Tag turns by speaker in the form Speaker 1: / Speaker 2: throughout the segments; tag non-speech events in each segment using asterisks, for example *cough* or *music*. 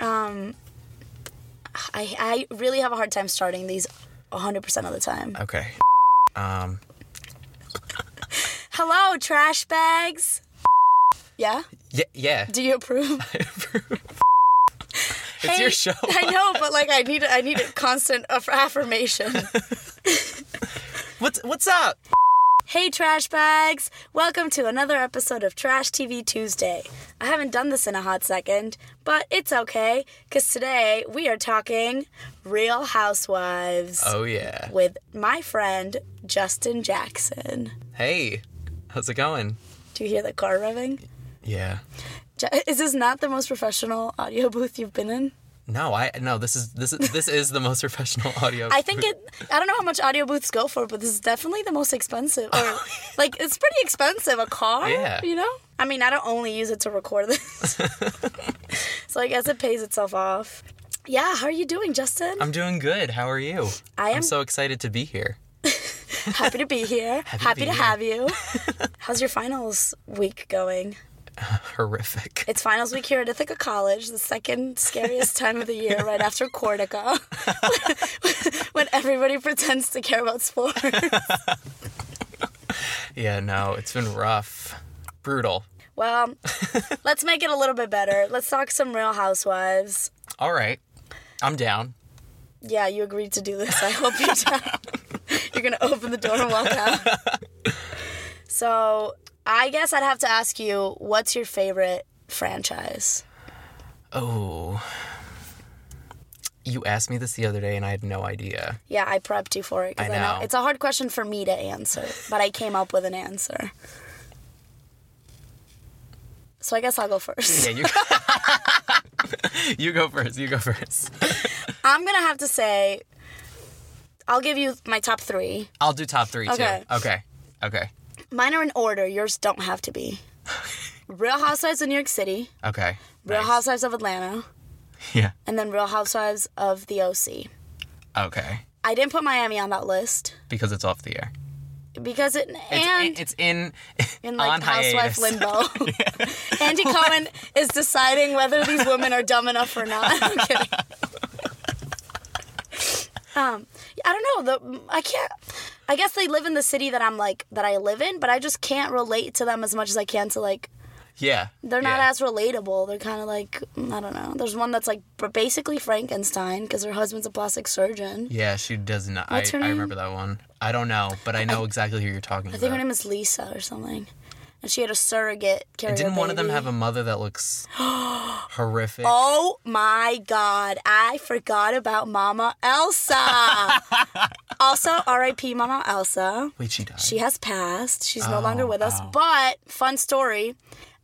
Speaker 1: um, I I really have a hard time starting these 100% of the time.
Speaker 2: Okay. Um,
Speaker 1: Hello, trash bags. Yeah?
Speaker 2: yeah, yeah.
Speaker 1: Do you
Speaker 2: *laughs*
Speaker 1: approve?
Speaker 2: it's your show.
Speaker 1: I know, but like I need I need a constant aff-
Speaker 2: *laughs*
Speaker 1: affirmation.
Speaker 2: What's what's up?
Speaker 1: hey trash bags, welcome to another episode of Trash TV Tuesday. I haven't done this in a hot second, but it's okay cuz today we are talking Real Housewives
Speaker 2: Oh yeah.
Speaker 1: with my friend Justin Jackson.
Speaker 2: Hey, how's it going?
Speaker 1: Do you hear the car revving?
Speaker 2: Yeah.
Speaker 1: Ju- *laughs* Is this not the most professional audio booth you've been in?
Speaker 2: No, I no. This is this is this is the most *laughs* professional audio.
Speaker 1: I think it. I don't know how much audio booths go for, but this is definitely the most expensive.
Speaker 2: *laughs*
Speaker 1: Or like, it's pretty expensive. A car.
Speaker 2: Yeah.
Speaker 1: You know. I mean, I don't only use it to record
Speaker 2: *laughs*
Speaker 1: this, *laughs* so I guess it pays itself off. Yeah. How are you doing, Justin?
Speaker 2: I'm doing good. How are you?
Speaker 1: I am-
Speaker 2: I'm so excited to be here.
Speaker 1: happy to be
Speaker 2: *laughs*
Speaker 1: here.
Speaker 2: to
Speaker 1: happy
Speaker 2: be
Speaker 1: to
Speaker 2: here.
Speaker 1: have you.
Speaker 2: *laughs*
Speaker 1: How's your finals week going?
Speaker 2: Horrific.
Speaker 1: It's finals week here at Ithaca College, the second scariest time of the year, right after Cortica, *laughs* when everybody pretends to care about sports.
Speaker 2: *laughs* Yeah. No, it's been rough. Brutal.
Speaker 1: Well, let's make it a little bit better. Let's talk some Real Housewives.
Speaker 2: All right. I'm down.
Speaker 1: Yeah, you agreed to do this. I hope you're down. you're gonna open the door and walk out. So, I guess I'd have to ask you, what's your favorite franchise?
Speaker 2: Oh. You asked me this the other day, and I had no idea.
Speaker 1: Yeah, I prepped you for it because
Speaker 2: I
Speaker 1: I, know.
Speaker 2: know.
Speaker 1: it's a hard question for me to answer, but I came up with an answer. So I guess I'll go first. *laughs*
Speaker 2: Yeah, you. *laughs* you go first. You go first.
Speaker 1: I'm gonna have to say, I'll give you my top three.
Speaker 2: I'll do top three
Speaker 1: Okay.
Speaker 2: too. Okay. Okay.
Speaker 1: Mine are in order. Yours don't have to
Speaker 2: *laughs*
Speaker 1: be. Real Housewives of New York City,
Speaker 2: Okay.
Speaker 1: Real
Speaker 2: Nice.
Speaker 1: Housewives of Atlanta,
Speaker 2: *laughs* Yeah.
Speaker 1: and then Real Housewives of the OC.
Speaker 2: Okay.
Speaker 1: I didn't put Miami on that list
Speaker 2: Because it's off the air.
Speaker 1: because it
Speaker 2: It's,
Speaker 1: and
Speaker 2: it's in *laughs*
Speaker 1: in
Speaker 2: on
Speaker 1: like
Speaker 2: hiatus.
Speaker 1: housewife
Speaker 2: *laughs*
Speaker 1: limbo. *laughs* Andy Cohen is deciding whether these women are dumb enough or not. *laughs* I'm kidding. Um, I don't know. The I can't. I guess they live in the city that I'm like that I live in, but I just can't relate to them as much as I can to like
Speaker 2: Yeah.
Speaker 1: They're not
Speaker 2: yeah.
Speaker 1: as relatable. They're kind of like I don't know. There's one that's like b- basically Frankenstein because her husband's a plastic surgeon.
Speaker 2: Yeah, she does not.
Speaker 1: What's
Speaker 2: I,
Speaker 1: her
Speaker 2: I
Speaker 1: name?
Speaker 2: remember that one. I don't know, but I know exactly who you're talking
Speaker 1: I think her
Speaker 2: about.
Speaker 1: name is Lisa or something, and she had a surrogate. Carry her
Speaker 2: Didn't one of them
Speaker 1: baby.
Speaker 2: have a mother that
Speaker 1: *gasps*
Speaker 2: looks horrific?
Speaker 1: Oh my God! I forgot about Mama
Speaker 2: *laughs*
Speaker 1: Elsa. also, R.I.P. Mama Elsa.
Speaker 2: Wait, she died.
Speaker 1: She has passed. She's no
Speaker 2: Oh,
Speaker 1: longer with us. But fun story.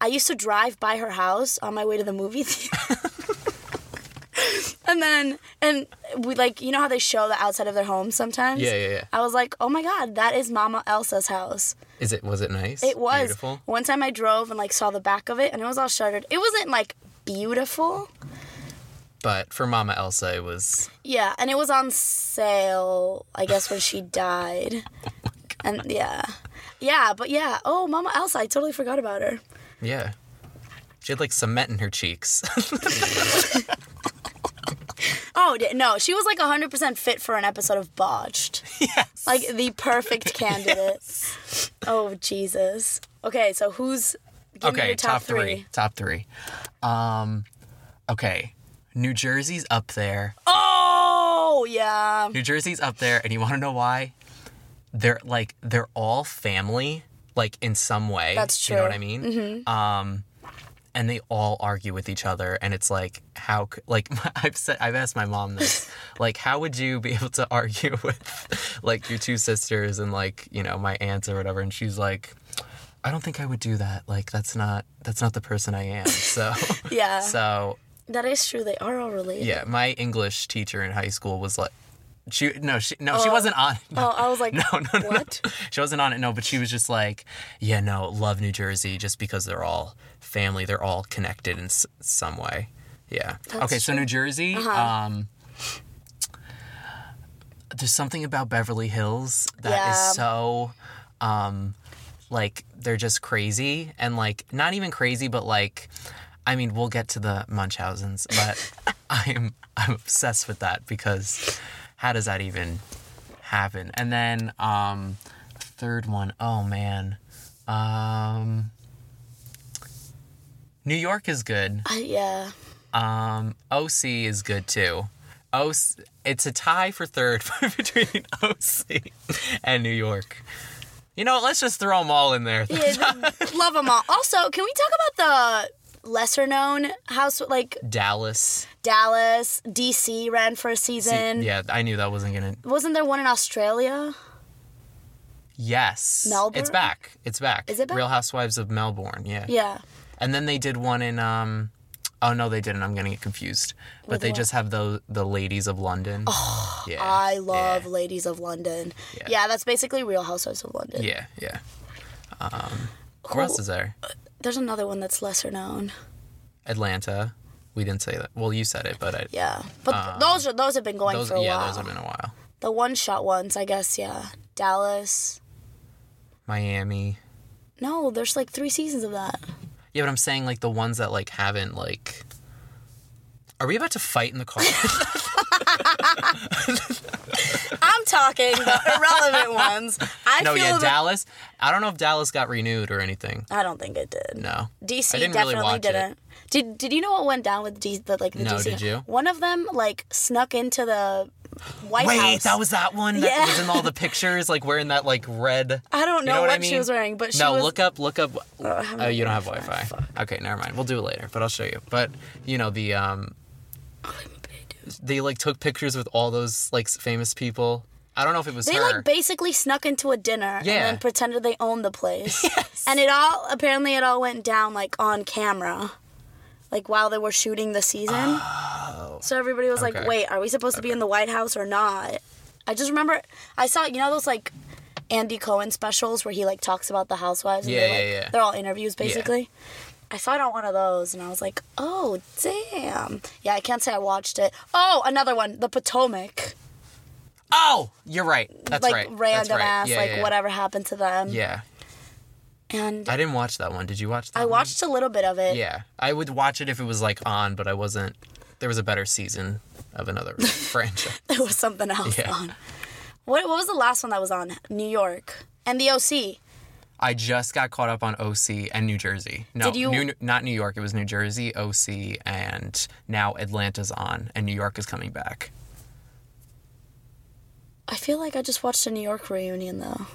Speaker 1: I used to drive by her house on my way to the movie *laughs* theater. and then and we like you know how they show the outside of their home sometimes?
Speaker 2: Yeah, yeah, yeah.
Speaker 1: I was like, "Oh my god, that is Mama Elsa's house."
Speaker 2: Is it? Was it nice?
Speaker 1: It was.
Speaker 2: beautiful.
Speaker 1: One time I drove and like saw the back of it and it was all shuttered. It wasn't like beautiful.
Speaker 2: But for Mama Elsa, it was.
Speaker 1: Yeah, and it was on sale, I guess, when she
Speaker 2: *laughs*
Speaker 1: died.
Speaker 2: Oh
Speaker 1: And yeah. Yeah, but yeah. Oh, Mama Elsa, I totally forgot about her.
Speaker 2: Yeah. She had like cement in her cheeks. *laughs*
Speaker 1: Oh, d- no, she was like 100% fit for an episode of Botched.
Speaker 2: *laughs* yes.
Speaker 1: Like the
Speaker 2: *laughs*
Speaker 1: perfect candidate. Oh, Jesus. Okay, so who's give me
Speaker 2: okay,
Speaker 1: your top, three.
Speaker 2: Top three. Um, okay. New Jersey's up there.
Speaker 1: Oh, yeah.
Speaker 2: New Jersey's up there, and you want to know why? They're like they're all family, like in some way.
Speaker 1: That's
Speaker 2: You know
Speaker 1: true. Mm-hmm.
Speaker 2: what I mean? Um, and they all argue with each other, and it's like how c- like *laughs* I've said I've asked my mom
Speaker 1: *laughs*
Speaker 2: this, like how would you be able to argue *laughs* with like your two sisters and like you know my aunts or whatever, and she's like. I don't think I would do that. Like that's not that's not the person
Speaker 1: *laughs*
Speaker 2: I am. So
Speaker 1: Yeah.
Speaker 2: so
Speaker 1: That is true. They are all related.
Speaker 2: yeah, my English teacher in high school was like, she no, she no, she wasn't on.
Speaker 1: Oh, I was like,
Speaker 2: *laughs* no, no, no,
Speaker 1: what?
Speaker 2: *laughs* She wasn't on it. No, but she was just like, yeah, no, love New Jersey just because they're all family. They're all connected in s- some way. Yeah. okay, so New Jersey. Um, there's something about Beverly Hills that is
Speaker 1: Yeah.
Speaker 2: so, um, like they're just crazy and like not even crazy, but like, I mean, we'll get to the Munchausens, but I am I'm obsessed with that because how does that even happen? And then um third one, oh man. Um New York is good.
Speaker 1: Uh, yeah.
Speaker 2: Um OC is good too. OC it's a tie for third *laughs* between OC and New York. You know, what, let's just throw them all in there.
Speaker 1: yeah th- love them all. Also, can we talk about the lesser known house like
Speaker 2: Dallas.
Speaker 1: Dallas, DC ran for a season?
Speaker 2: yeah, I knew that wasn't going to
Speaker 1: Wasn't there one in Australia?
Speaker 2: Yes.
Speaker 1: Melbourne?
Speaker 2: It's back. It's back.
Speaker 1: Is it back?
Speaker 2: Real Housewives of Melbourne, yeah.
Speaker 1: Yeah.
Speaker 2: And then they did one in um oh no they didn't, I'm gonna get confused. But
Speaker 1: With
Speaker 2: they
Speaker 1: what?
Speaker 2: just have the the ladies of London. Oh yeah.
Speaker 1: I love
Speaker 2: yeah.
Speaker 1: Ladies of London.
Speaker 2: Yeah.
Speaker 1: Yeah. that's basically Real Housewives of London.
Speaker 2: Yeah, yeah. Um where else is there?
Speaker 1: There's another one that's lesser known.
Speaker 2: Atlanta. We didn't say that. Well you said it, but I
Speaker 1: Yeah. But those are Uh, those have been going
Speaker 2: those
Speaker 1: for a
Speaker 2: yeah,
Speaker 1: while.
Speaker 2: those have been a while.
Speaker 1: The one shot ones, I guess, yeah. Dallas.
Speaker 2: Miami.
Speaker 1: No, there's like three seasons of that.
Speaker 2: Yeah, but I'm saying like the ones that like haven't like are we about to fight in
Speaker 1: *laughs*
Speaker 2: the car? *laughs*
Speaker 1: I'm talking the irrelevant ones. I
Speaker 2: no,
Speaker 1: feel
Speaker 2: yeah,
Speaker 1: that-
Speaker 2: Dallas. I don't know if Dallas got renewed or anything.
Speaker 1: I don't think it did.
Speaker 2: No.
Speaker 1: DC
Speaker 2: I didn't really
Speaker 1: definitely
Speaker 2: watch it.
Speaker 1: didn't. Did Did you know what went down with D, the, like the
Speaker 2: No,
Speaker 1: DC?
Speaker 2: did you?
Speaker 1: One of them like snuck into the White
Speaker 2: Wait,
Speaker 1: House.
Speaker 2: that was that one that
Speaker 1: Yeah.
Speaker 2: was in all the pictures, like wearing that like red.
Speaker 1: I don't know,
Speaker 2: know what
Speaker 1: what
Speaker 2: I
Speaker 1: she
Speaker 2: mean?
Speaker 1: was wearing, but she
Speaker 2: no,
Speaker 1: was.
Speaker 2: look up, look up.
Speaker 1: Oh, I haven't
Speaker 2: Oh, you don't have
Speaker 1: got
Speaker 2: Wi-Fi.
Speaker 1: Fuck.
Speaker 2: Okay, never mind. We'll do it later, but I'll show you. But you know the um, they like took pictures with all those like famous people. I don't know if it was
Speaker 1: They
Speaker 2: her.
Speaker 1: like basically snuck into a dinner and
Speaker 2: Yeah.
Speaker 1: then pretended they owned the
Speaker 2: *laughs*
Speaker 1: place. And it all apparently it all went down like on camera. Like while they were shooting the season. So everybody was
Speaker 2: Oh. Okay.
Speaker 1: like, "Wait, are we supposed to be in the White House or not?" I just remember I saw you know those like Andy Cohen specials where he like talks about the housewives and
Speaker 2: Yeah,
Speaker 1: they're, like,
Speaker 2: yeah, yeah.
Speaker 1: they're all interviews basically. I saw it on one of those and I was like, "Oh, damn." Yeah, I can't say I watched it. Oh, another one, The Potomac
Speaker 2: oh, you're right. That's
Speaker 1: like
Speaker 2: right. That's
Speaker 1: random
Speaker 2: right.
Speaker 1: ass,
Speaker 2: Yeah,
Speaker 1: like
Speaker 2: yeah, yeah.
Speaker 1: whatever happened to them.
Speaker 2: Yeah,
Speaker 1: And
Speaker 2: I didn't watch that one. Did you watch that?
Speaker 1: I
Speaker 2: one?
Speaker 1: watched a little bit of it.
Speaker 2: Yeah, I would watch it if it was like on, but I wasn't. There was a better season
Speaker 1: *laughs*
Speaker 2: of another franchise.
Speaker 1: *laughs* There was something else
Speaker 2: Yeah.
Speaker 1: on. What what was the last one that was on? New York and the OC.
Speaker 2: I just got caught up on OC and New Jersey. No,
Speaker 1: Did you-
Speaker 2: New, not New York. It was New Jersey, OC, and now Atlanta's on, and New York is coming back.
Speaker 1: I feel like I just watched a New York reunion though.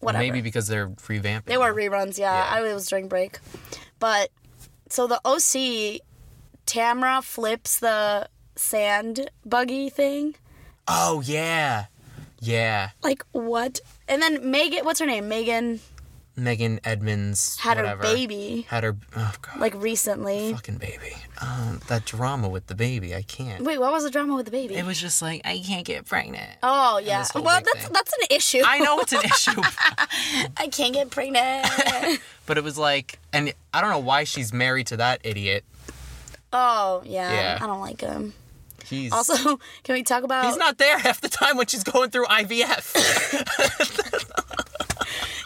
Speaker 1: Whatever.
Speaker 2: Maybe because they're revamping.
Speaker 1: They were reruns, yeah.
Speaker 2: Yeah.
Speaker 1: I it was during break. But so the OC, Tamra flips the sand buggy thing.
Speaker 2: Oh yeah, yeah.
Speaker 1: Like what? And then Megan, what's her name? Megan
Speaker 2: Megan Edmonds
Speaker 1: had
Speaker 2: whatever,
Speaker 1: her baby
Speaker 2: Had her. Oh god.
Speaker 1: like recently.
Speaker 2: fucking baby. Um, that drama with the baby. I can't.
Speaker 1: Wait, what was the drama with the baby?
Speaker 2: It was just like I can't get pregnant.
Speaker 1: Oh yeah.
Speaker 2: this whole
Speaker 1: Well,
Speaker 2: big
Speaker 1: that's
Speaker 2: thing.
Speaker 1: that's an issue.
Speaker 2: I know it's an *laughs* issue,
Speaker 1: *laughs* I can't get pregnant.
Speaker 2: *laughs* but it was like, and I don't know why she's married to that idiot.
Speaker 1: oh yeah.
Speaker 2: Yeah.
Speaker 1: I don't like him. *laughs*
Speaker 2: He's
Speaker 1: Also, can we talk about?
Speaker 2: He's not there half the time when she's going through IVF.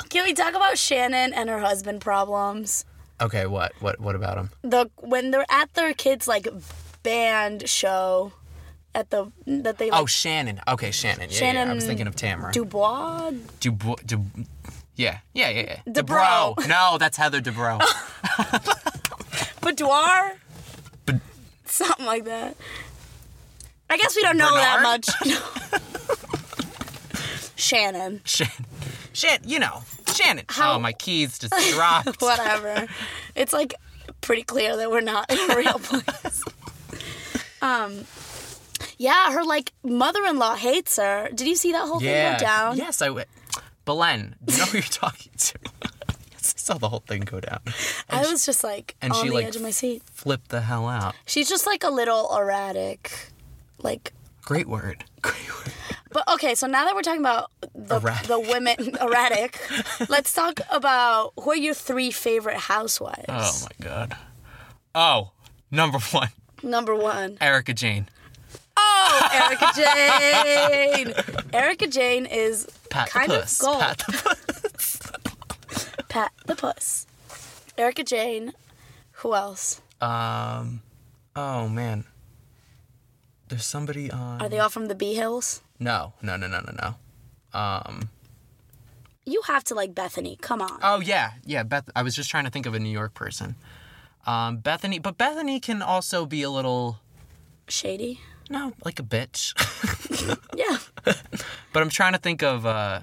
Speaker 1: Can we talk about Shannon and her husband problems?
Speaker 2: *laughs* okay, what? What what about him?
Speaker 1: The when they're at their kids like band show, at the that they like,
Speaker 2: Oh, Shannon. Okay, Shannon. Yeah, yeah, yeah. I was
Speaker 1: Shannon
Speaker 2: thinking of Tamara.
Speaker 1: Dubois.
Speaker 2: Dubro. Du- yeah, yeah, yeah, yeah.
Speaker 1: Dubrow.
Speaker 2: No, that's
Speaker 1: *laughs*
Speaker 2: Heather Dubrow.
Speaker 1: Boudoir?
Speaker 2: Bed-
Speaker 1: Something like that. I guess we don't know that
Speaker 2: Bernard?
Speaker 1: much. No.
Speaker 2: *laughs*
Speaker 1: *laughs* Shannon.
Speaker 2: Shannon. Shannon, you know, Shannon.
Speaker 1: How-
Speaker 2: Oh, my keys just
Speaker 1: *laughs*
Speaker 2: dropped.
Speaker 1: whatever. It's like pretty clear that we're not *laughs* in a real place. Um, yeah, her like mother-in-law hates her. Did you see that whole
Speaker 2: yeah.
Speaker 1: thing go down?
Speaker 2: Yes, I would. Belen, do you know who you're *laughs* talking to? Yes, I saw the whole thing go down.
Speaker 1: I was just like
Speaker 2: and
Speaker 1: on
Speaker 2: she,
Speaker 1: the
Speaker 2: like,
Speaker 1: edge of my seat.
Speaker 2: Flip the hell out.
Speaker 1: She's just like a little erratic, like.
Speaker 2: Great word. Great word.
Speaker 1: But okay, so now that we're talking about the
Speaker 2: Erratic.
Speaker 1: the women *laughs* erratic, let's talk about who are your three favorite housewives.
Speaker 2: Oh my god. Oh, number one,
Speaker 1: Number one.
Speaker 2: Erica Jane.
Speaker 1: Oh, Erica
Speaker 2: *laughs*
Speaker 1: Jane. Erica Jane is
Speaker 2: Pat
Speaker 1: kind
Speaker 2: the
Speaker 1: of
Speaker 2: puss.
Speaker 1: gold.
Speaker 2: Pat the puss.
Speaker 1: Pat the Puss. Erica Jane. Who else?
Speaker 2: Um, oh man, There's somebody on.
Speaker 1: Are they all from the Bee Hills?
Speaker 2: No, no, no, no, no, no.
Speaker 1: You have to like Bethany. Come on.
Speaker 2: Oh yeah, yeah. Beth. I was just trying to think of a New York person. Um, Bethany, but Bethany can also be a little
Speaker 1: Shady.
Speaker 2: no, like a bitch.
Speaker 1: Yeah.
Speaker 2: but I'm trying to think of uh,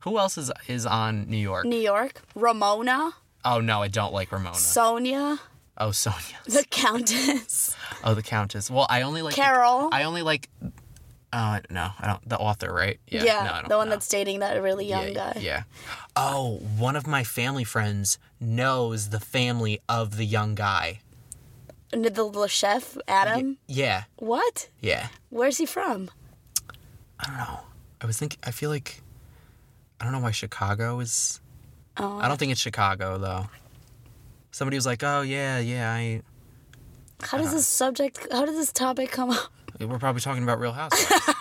Speaker 2: who else is is on New York.
Speaker 1: New York. Ramona.
Speaker 2: Oh no, I don't like Ramona.
Speaker 1: Sonia.
Speaker 2: Oh Sonia. *laughs*
Speaker 1: The Countess.
Speaker 2: Oh, the Countess. Well, I only like the-
Speaker 1: Carol.
Speaker 2: I only like. Uh, no, I don't. The author, right?
Speaker 1: Yeah.
Speaker 2: no, I don't
Speaker 1: the one
Speaker 2: know.
Speaker 1: that's dating that really young
Speaker 2: yeah,
Speaker 1: guy.
Speaker 2: Yeah. Oh, one of my family friends knows the family of the young guy.
Speaker 1: And the, the chef, Adam.
Speaker 2: Yeah.
Speaker 1: What?
Speaker 2: Yeah.
Speaker 1: Where's he from?
Speaker 2: I don't know. I was thinking. I feel like. I don't know why Chicago is.
Speaker 1: Oh.
Speaker 2: I don't think it's Chicago though. Somebody was like, "Oh yeah, yeah, I."
Speaker 1: How
Speaker 2: Uh-huh.
Speaker 1: does this subject? How did this topic come up? *laughs*
Speaker 2: We're probably talking about Real Housewives.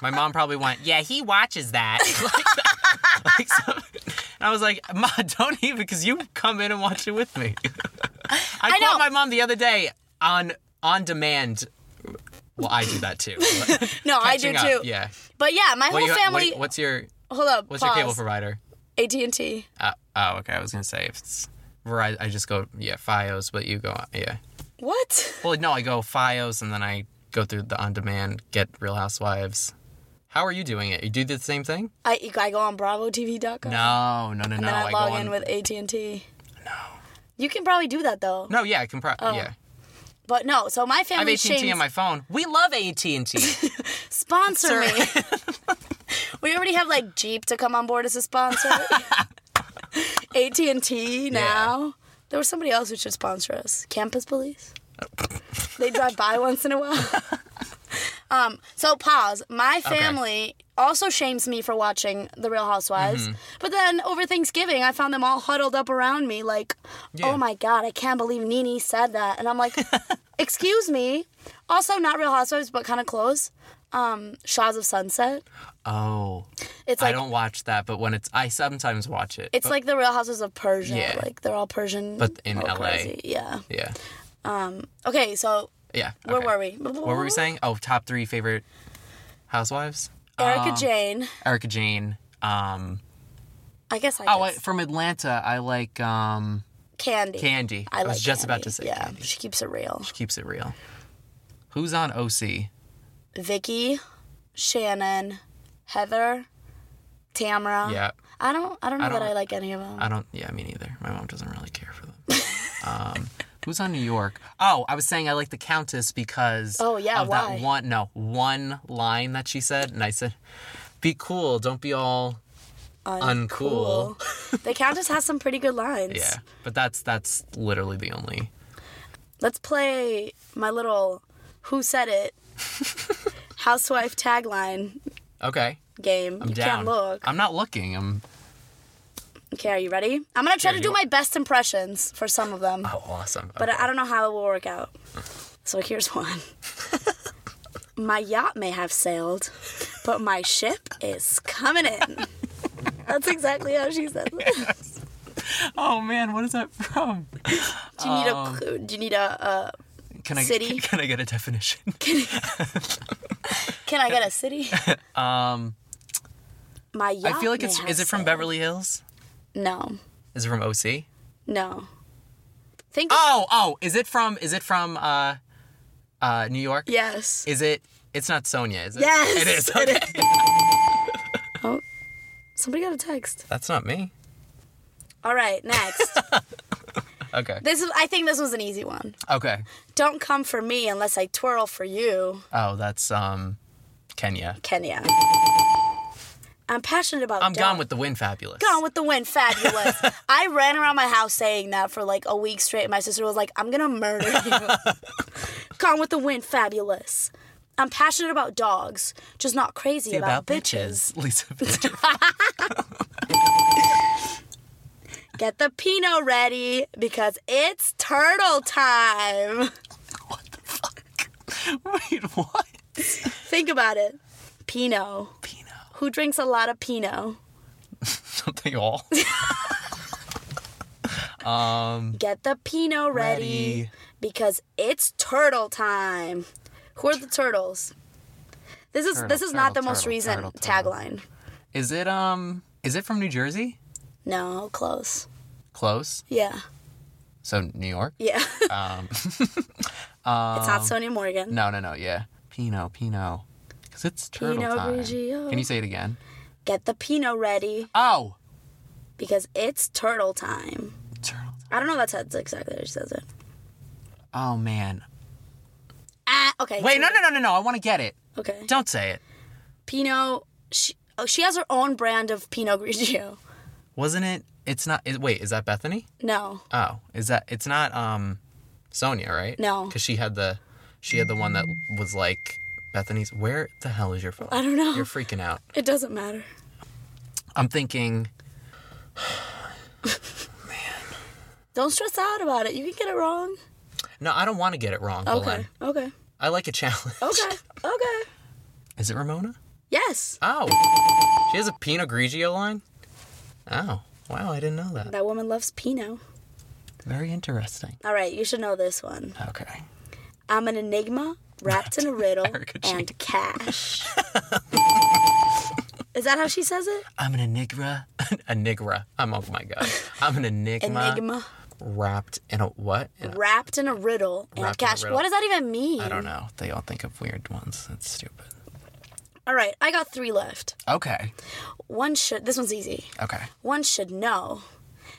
Speaker 2: My mom probably went, "Yeah, he watches that." *laughs* like that. Like *laughs* so- and I was like, "Ma, don't even, because you come in and watch it with me." *laughs* I,
Speaker 1: know.
Speaker 2: called my mom the other day on on demand. Well, I do
Speaker 1: *laughs*
Speaker 2: that too.
Speaker 1: No, I do
Speaker 2: Catching up,
Speaker 1: too.
Speaker 2: Yeah.
Speaker 1: But yeah, my
Speaker 2: What
Speaker 1: whole
Speaker 2: do you- what-
Speaker 1: family.
Speaker 2: what's your
Speaker 1: hold up.
Speaker 2: What's your cable provider?
Speaker 1: AT and T.
Speaker 2: Uh, oh, okay. I was gonna say if it's Verizon, I just go yeah FiOS, but you go yeah.
Speaker 1: What?
Speaker 2: Well, no, I go FiOS and then I go through the on-demand, get Real Housewives. How are you doing it? You do the same thing?
Speaker 1: I I go on BravoTV.com.
Speaker 2: No, no, no, no.
Speaker 1: Then I,
Speaker 2: I
Speaker 1: log
Speaker 2: go on.
Speaker 1: in with AT and T. No. You can probably do that though.
Speaker 2: no, yeah, I can probably
Speaker 1: Oh,
Speaker 2: yeah.
Speaker 1: But no, so my
Speaker 2: I have
Speaker 1: family
Speaker 2: AT and T
Speaker 1: shames-
Speaker 2: on my phone. We love AT
Speaker 1: *laughs*
Speaker 2: and T.
Speaker 1: sponsor me. *laughs* we already have like Jeep to come on board as a sponsor. AT and T now. There was somebody else who should sponsor us. Campus Police. they drive by once in a while. um. So pause. My family also shames me for watching The Real Housewives. But then over Thanksgiving, I found them all huddled up around me, like,
Speaker 2: Yeah.
Speaker 1: "Oh my God, I can't believe Nini said that," and I'm like. Excuse me. Also, not Real Housewives, but kind of close. Um, Shaws of Sunset.
Speaker 2: Oh,
Speaker 1: It's
Speaker 2: I
Speaker 1: like
Speaker 2: don't watch that, but when it's I sometimes watch it.
Speaker 1: it's like the Real Houses of Persia.
Speaker 2: Yeah.
Speaker 1: Like they're all Persian.
Speaker 2: But in
Speaker 1: all
Speaker 2: LA.
Speaker 1: crazy. Yeah.
Speaker 2: yeah,
Speaker 1: Okay, so
Speaker 2: yeah.
Speaker 1: where
Speaker 2: okay.
Speaker 1: were we?
Speaker 2: What were we saying? Oh, top three favorite housewives.
Speaker 1: Erica
Speaker 2: Um,
Speaker 1: Jane.
Speaker 2: Erica Jane. Um,
Speaker 1: I guess I.
Speaker 2: Oh, I,
Speaker 1: guess.
Speaker 2: from Atlanta, I like um,
Speaker 1: Candy.
Speaker 2: Candy.
Speaker 1: I,
Speaker 2: I, was
Speaker 1: like
Speaker 2: just about
Speaker 1: Candy.
Speaker 2: to say
Speaker 1: Yeah,
Speaker 2: Candy.
Speaker 1: she keeps it real.
Speaker 2: Keeps it real. Who's on OC?
Speaker 1: Vicky, Shannon, Heather, Tamara.
Speaker 2: Yeah,
Speaker 1: I don't. I don't know
Speaker 2: I
Speaker 1: that
Speaker 2: don't-
Speaker 1: I like any of them.
Speaker 2: I don't. Yeah, me neither. My mom doesn't really care for them. um, *laughs* who's on New York? Oh, I was saying I like the Countess because
Speaker 1: Oh, yeah,
Speaker 2: of
Speaker 1: why?
Speaker 2: that one no one line that she said, and I said, "Be cool, don't be all uncool."
Speaker 1: *laughs* the Countess has some pretty good lines.
Speaker 2: Yeah, but that's that's literally the only.
Speaker 1: Let's play my little Who Said
Speaker 2: *laughs*
Speaker 1: It Housewife tagline
Speaker 2: Okay,
Speaker 1: game.
Speaker 2: I'm
Speaker 1: you
Speaker 2: down.
Speaker 1: can't look.
Speaker 2: I'm not looking. I'm.
Speaker 1: Okay, are you ready? I'm gonna try to
Speaker 2: Here you
Speaker 1: do
Speaker 2: go.
Speaker 1: my best impressions for some of them,
Speaker 2: Oh, awesome.
Speaker 1: but
Speaker 2: okay.
Speaker 1: I I don't know how it will work out. So here's
Speaker 2: *laughs*
Speaker 1: one. my yacht may have sailed, but my ship is coming in. That's exactly how she said it.
Speaker 2: oh man, what is that from?
Speaker 1: Do you need
Speaker 2: Um,
Speaker 1: a? clue- Do you need a? Uh,
Speaker 2: Can I
Speaker 1: City.
Speaker 2: *laughs* Can, I get a definition?
Speaker 1: can I get a city?
Speaker 2: *laughs* Um,
Speaker 1: My yacht.
Speaker 2: I feel like
Speaker 1: may
Speaker 2: it's
Speaker 1: have
Speaker 2: is it from
Speaker 1: sailed.
Speaker 2: Beverly Hills?
Speaker 1: No,
Speaker 2: Is it from OC?
Speaker 1: no. Think.
Speaker 2: Oh, oh, is it from is it from uh uh New York?
Speaker 1: yes.
Speaker 2: Is it it's not Sonia, is it?
Speaker 1: Yes,
Speaker 2: It is.
Speaker 1: *laughs* it
Speaker 2: Okay.
Speaker 1: Oh, somebody got a text.
Speaker 2: That's not me.
Speaker 1: All right, next.
Speaker 2: Okay.
Speaker 1: this is. I think this was an easy one.
Speaker 2: Okay.
Speaker 1: Don't come for me unless I twirl for you,
Speaker 2: Oh, that's um Kenya.
Speaker 1: Kenya. I'm passionate about.
Speaker 2: I'm
Speaker 1: dog-
Speaker 2: gone with the wind fabulous.
Speaker 1: Gone with the wind, fabulous.
Speaker 2: *laughs*
Speaker 1: I ran around my house saying that for like a week straight. My sister was like, "I'm gonna murder
Speaker 2: *laughs*
Speaker 1: you." Gone with the wind, fabulous. I'm passionate about dogs, just not crazy about, bitches.
Speaker 2: *laughs* Lisa Bitches.
Speaker 1: Get the Pinot ready because it's turtle time.
Speaker 2: what the fuck? Wait, what?
Speaker 1: Think about it. Pinot.
Speaker 2: Pino.
Speaker 1: Who drinks a lot of Pinot?
Speaker 2: Something all.
Speaker 1: Get the Pinot ready,
Speaker 2: Hmm. Um, Ready.
Speaker 1: because it's turtle time. Who are the turtles? This is this
Speaker 2: Turtle,
Speaker 1: is not
Speaker 2: turtle,
Speaker 1: the most
Speaker 2: turtle,
Speaker 1: recent
Speaker 2: turtle, turtle.
Speaker 1: tagline.
Speaker 2: Is it um is it from New Jersey?
Speaker 1: No, close.
Speaker 2: Close.
Speaker 1: Yeah.
Speaker 2: So New York?
Speaker 1: Yeah. *laughs*
Speaker 2: Um
Speaker 1: it's not Sonia Morgan.
Speaker 2: No, no, no, yeah. Pinot, Pinot. Cuz it's turtle
Speaker 1: Pinot
Speaker 2: time.
Speaker 1: Grigio.
Speaker 2: Can you say it again?
Speaker 1: Get the Pinot ready
Speaker 2: Oh.
Speaker 1: because it's turtle time.
Speaker 2: Turtle.
Speaker 1: I don't know if that's how- that's exactly how she says it.
Speaker 2: Oh man.
Speaker 1: Ah, okay.
Speaker 2: Wait, no, no, no, no, no. I want to get it.
Speaker 1: Okay.
Speaker 2: Don't say it.
Speaker 1: Pinot. She, oh, she has her own brand of Pinot Grigio.
Speaker 2: Wasn't it? It's not. It, wait, is that Bethany?
Speaker 1: No.
Speaker 2: Oh, is that? It's not. Um, Sonia, right?
Speaker 1: No.
Speaker 2: Because she had the, she had the one that was like Bethany's. Where the hell is your phone?
Speaker 1: I don't know.
Speaker 2: You're freaking out.
Speaker 1: It doesn't matter.
Speaker 2: I'm thinking.
Speaker 1: Don't stress out about it. You can get it wrong.
Speaker 2: No, I don't want to get it wrong,
Speaker 1: Okay. Oh.
Speaker 2: Belen.
Speaker 1: Okay.
Speaker 2: I like a challenge.
Speaker 1: Okay. Okay.
Speaker 2: Is it Ramona?
Speaker 1: Yes.
Speaker 2: Oh, she has a Pinot Grigio line. Oh, wow! I didn't know that.
Speaker 1: That woman loves Pinot.
Speaker 2: Very interesting.
Speaker 1: All right, you should know this one.
Speaker 2: Okay.
Speaker 1: I'm an enigma wrapped in a
Speaker 2: *laughs*
Speaker 1: riddle
Speaker 2: Erica Jane.
Speaker 1: and
Speaker 2: *laughs*
Speaker 1: cash. Is that how she says it?
Speaker 2: I'm an *laughs* enigma. enigma. I'm oh my god. I'm an enigma.
Speaker 1: Enigma
Speaker 2: wrapped in a what? In a-
Speaker 1: wrapped in a riddle and
Speaker 2: Wrapped in a
Speaker 1: cash.
Speaker 2: riddle.
Speaker 1: What does that even mean?
Speaker 2: I don't know. They all think of weird ones. That's stupid.
Speaker 1: All right, I got three left.
Speaker 2: Okay.
Speaker 1: One should. This one's easy.
Speaker 2: Okay.
Speaker 1: One should know.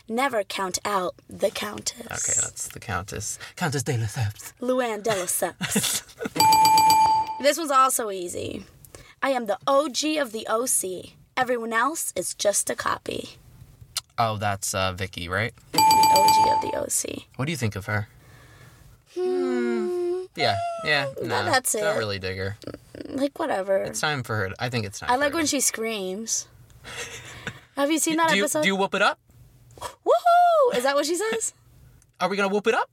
Speaker 1: Never count out the
Speaker 2: Okay,
Speaker 1: countess.
Speaker 2: that's the Countess. Countess de Lesseps.
Speaker 1: Luann de Lesseps.
Speaker 2: *laughs*
Speaker 1: this one's also easy. I am the OG of the OC. Everyone else is just a copy.
Speaker 2: Oh, that's uh, Vicky, right?
Speaker 1: The OG of the OC.
Speaker 2: What do you think of her? Hmm. Yeah, yeah. No,
Speaker 1: that's
Speaker 2: Don't
Speaker 1: it.
Speaker 2: really dig her.
Speaker 1: Like whatever.
Speaker 2: It's time for her. To, I think it's time.
Speaker 1: I
Speaker 2: for
Speaker 1: like
Speaker 2: her
Speaker 1: when
Speaker 2: to-
Speaker 1: she
Speaker 2: *laughs*
Speaker 1: screams. Have you seen that
Speaker 2: do you,
Speaker 1: episode?
Speaker 2: do you whoop it up?
Speaker 1: Woohoo! Is that what she
Speaker 2: *laughs*
Speaker 1: says?
Speaker 2: Are we gonna whoop it up?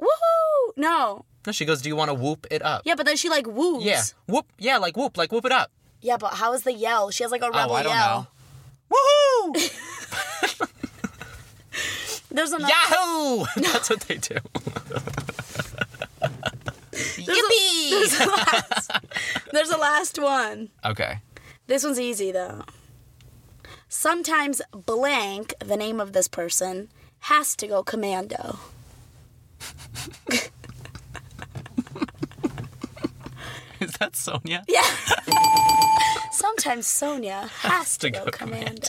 Speaker 1: Woohoo! No.
Speaker 2: No, she goes. Do you want to whoop it up?
Speaker 1: Yeah, but then she like woos.
Speaker 2: Yeah. Whoop. Yeah, like whoop, like whoop it up.
Speaker 1: Yeah, but how is the yell? She has like a rebel
Speaker 2: oh, I don't
Speaker 1: yell.
Speaker 2: know. Woohoo!
Speaker 1: There's another.
Speaker 2: *laughs* Yahoo! *laughs* That's what they do.
Speaker 1: *laughs* There's a,
Speaker 2: *laughs*
Speaker 1: last, there's a last one.
Speaker 2: Okay. *laughs*
Speaker 1: This one's easy though. Sometimes blank, the name of this person, has to go commando.
Speaker 2: Is that Sonia?
Speaker 1: Yeah. *laughs* Sometimes Sonia has to, go, commando.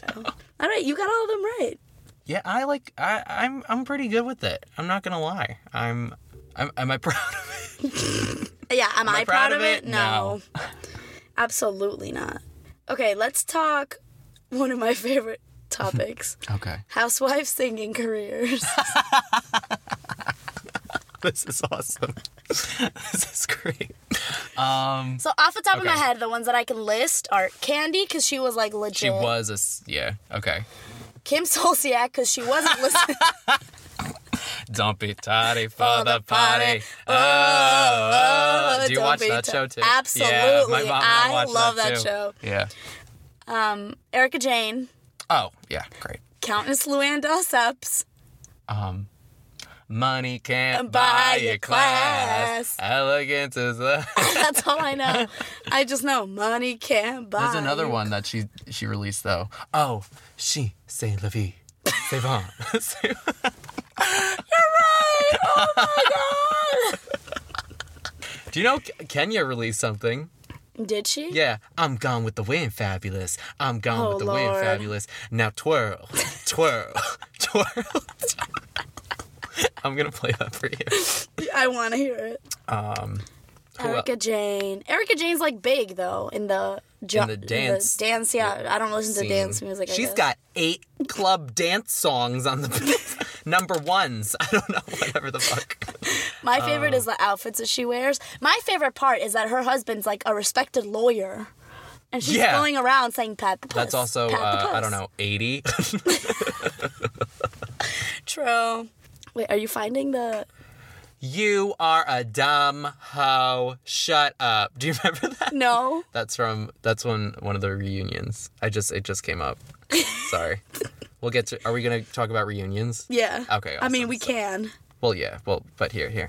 Speaker 1: All right, you got all of them right.
Speaker 2: Yeah, I like. I, I'm. I'm pretty good with it. I'm not gonna lie. I'm. I'm am I *laughs* proud of it?
Speaker 1: Yeah, am, I proud, of it? No. Absolutely not. Okay, let's talk one of my favorite *laughs* topics
Speaker 2: Okay.
Speaker 1: housewives singing careers.
Speaker 2: *laughs* This is awesome. *laughs* this is great. Um,
Speaker 1: So, off the top of my
Speaker 2: Okay.
Speaker 1: head, the ones that I can list are Candy, because she was like legit.
Speaker 2: she was a. s- Yeah. Okay.
Speaker 1: Kim Solsiak, because she wasn't listening.
Speaker 2: Don't be tardy for the party. Oh,
Speaker 1: oh,
Speaker 2: do you
Speaker 1: don't
Speaker 2: watch
Speaker 1: be
Speaker 2: that
Speaker 1: tar-
Speaker 2: show too?
Speaker 1: Absolutely.
Speaker 2: Yeah, my mom and
Speaker 1: I
Speaker 2: watched
Speaker 1: love that
Speaker 2: too.
Speaker 1: show.
Speaker 2: Yeah.
Speaker 1: um, Erica Jane,
Speaker 2: Oh yeah. Great.
Speaker 1: Countess Luann Dossups,
Speaker 2: Um, money can't
Speaker 1: And
Speaker 2: buy your class. Elegance is
Speaker 1: *laughs*
Speaker 2: the.
Speaker 1: *laughs* That's all I know. I just know money can't buy.
Speaker 2: There's another
Speaker 1: you.
Speaker 2: one that she she released though. Oh, she say la vie,
Speaker 1: *laughs*
Speaker 2: c'est bon.
Speaker 1: Oh
Speaker 2: *laughs* Do you know K- Kenya released something?
Speaker 1: Did she?
Speaker 2: Yeah, I'm gone with the wind, fabulous. I'm gone
Speaker 1: Oh,
Speaker 2: with the wind,
Speaker 1: Lord.
Speaker 2: fabulous. Now
Speaker 1: *laughs*
Speaker 2: twirl, twirl, twirl. I'm gonna play that for you.
Speaker 1: I want to hear it.
Speaker 2: Um, who
Speaker 1: Erica Jane. Erica Jane's like big though in the ju-
Speaker 2: In the dance-
Speaker 1: dance, yeah. I don't listen to
Speaker 2: scene.
Speaker 1: dance music. I
Speaker 2: She's
Speaker 1: guess.
Speaker 2: got eight club dance songs on the *laughs* number ones. I don't know, whatever the fuck.
Speaker 1: My
Speaker 2: uh,
Speaker 1: favorite is the outfits that she wears. My favorite part is that her husband's like a respected lawyer, and she's
Speaker 2: Yeah.
Speaker 1: going around saying "pat the puss."
Speaker 2: That's also
Speaker 1: pat the
Speaker 2: uh, I
Speaker 1: puss."
Speaker 2: don't know, eighty. *laughs*
Speaker 1: True. Wait, are you finding the?
Speaker 2: you are a dumb hoe. Shut up. Do you remember that?
Speaker 1: No.
Speaker 2: That's from that's when one of the reunions. I just it just came up. Sorry. We'll get to. Are we gonna talk about reunions?
Speaker 1: Yeah.
Speaker 2: Okay,
Speaker 1: I mean,
Speaker 2: awesome.
Speaker 1: we
Speaker 2: So-
Speaker 1: can.
Speaker 2: Well, yeah. Well, but here, here.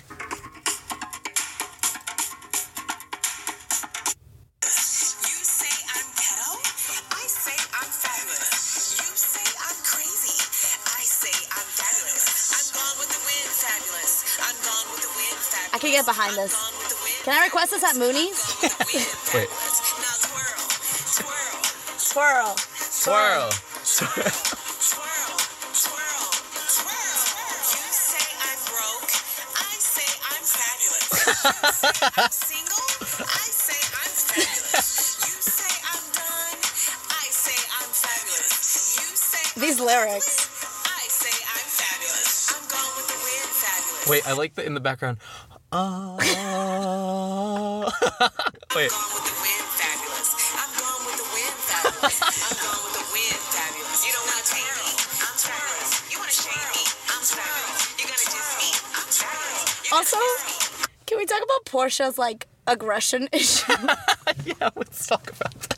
Speaker 1: get behind this. Can I request this at Mooney's?
Speaker 2: Wait.
Speaker 1: Swirl.
Speaker 2: Swirl.
Speaker 1: These lyrics.
Speaker 3: I say I'm fabulous. I'm going with the wind fabulous.
Speaker 2: Wait, I like the in the background. Ah. *laughs* Wait.
Speaker 3: I'm going with the wind fabulous. I'm going with the wind fabulous. I'm going with the wind fabulous. You don't want to take me. I'm fabulous. You want to shame me. I'm fabulous. You're going to diss me. I'm fabulous. You're
Speaker 1: Also, can we talk about Portia's like aggression *laughs* issue?
Speaker 2: Yeah, let's talk about that.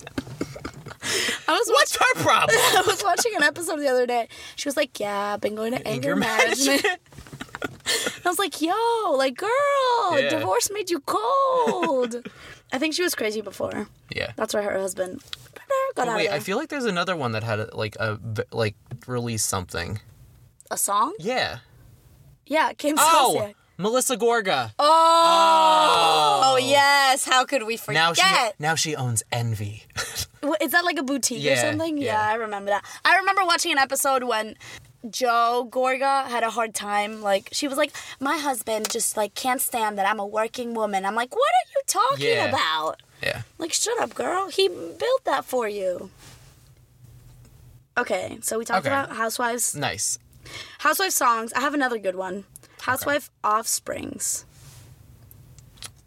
Speaker 1: I was
Speaker 2: What's her problem?
Speaker 1: I was watching an episode the other day. She was like, "Yeah, I've been going to anger,
Speaker 2: Anger
Speaker 1: management." I was like, "Yo, like, girl,
Speaker 2: Yeah.
Speaker 1: divorce made you
Speaker 2: *laughs*
Speaker 1: cold." I think she was crazy before.
Speaker 2: *laughs* Yeah.
Speaker 1: That's why her husband got out
Speaker 2: Wait,
Speaker 1: of
Speaker 2: I
Speaker 1: there.
Speaker 2: feel like there's another one that had a, like a v- like release something.
Speaker 1: a song?
Speaker 2: Yeah.
Speaker 1: Yeah, Kim
Speaker 2: Oh,
Speaker 1: Stasiak.
Speaker 2: Melissa Gorga.
Speaker 1: Oh,
Speaker 2: Oh.
Speaker 1: yes. How could we forget?
Speaker 2: now she now she owns Envy. *laughs*
Speaker 1: Wha- Is that like a boutique or
Speaker 2: Yeah,
Speaker 1: something? Yeah.
Speaker 2: yeah.
Speaker 1: I remember that. I remember watching an episode when Joe Gorga had a hard time. Like, she was like, My husband just like can't stand that I'm a working woman. I'm like, What are you talking
Speaker 2: Yeah.
Speaker 1: about?
Speaker 2: yeah.
Speaker 1: Like, shut up, girl. He built that for you. Okay, so we talked
Speaker 2: Okay.
Speaker 1: about Housewives.
Speaker 2: Nice.
Speaker 1: Housewife songs. I have another good one. Housewife offsprings.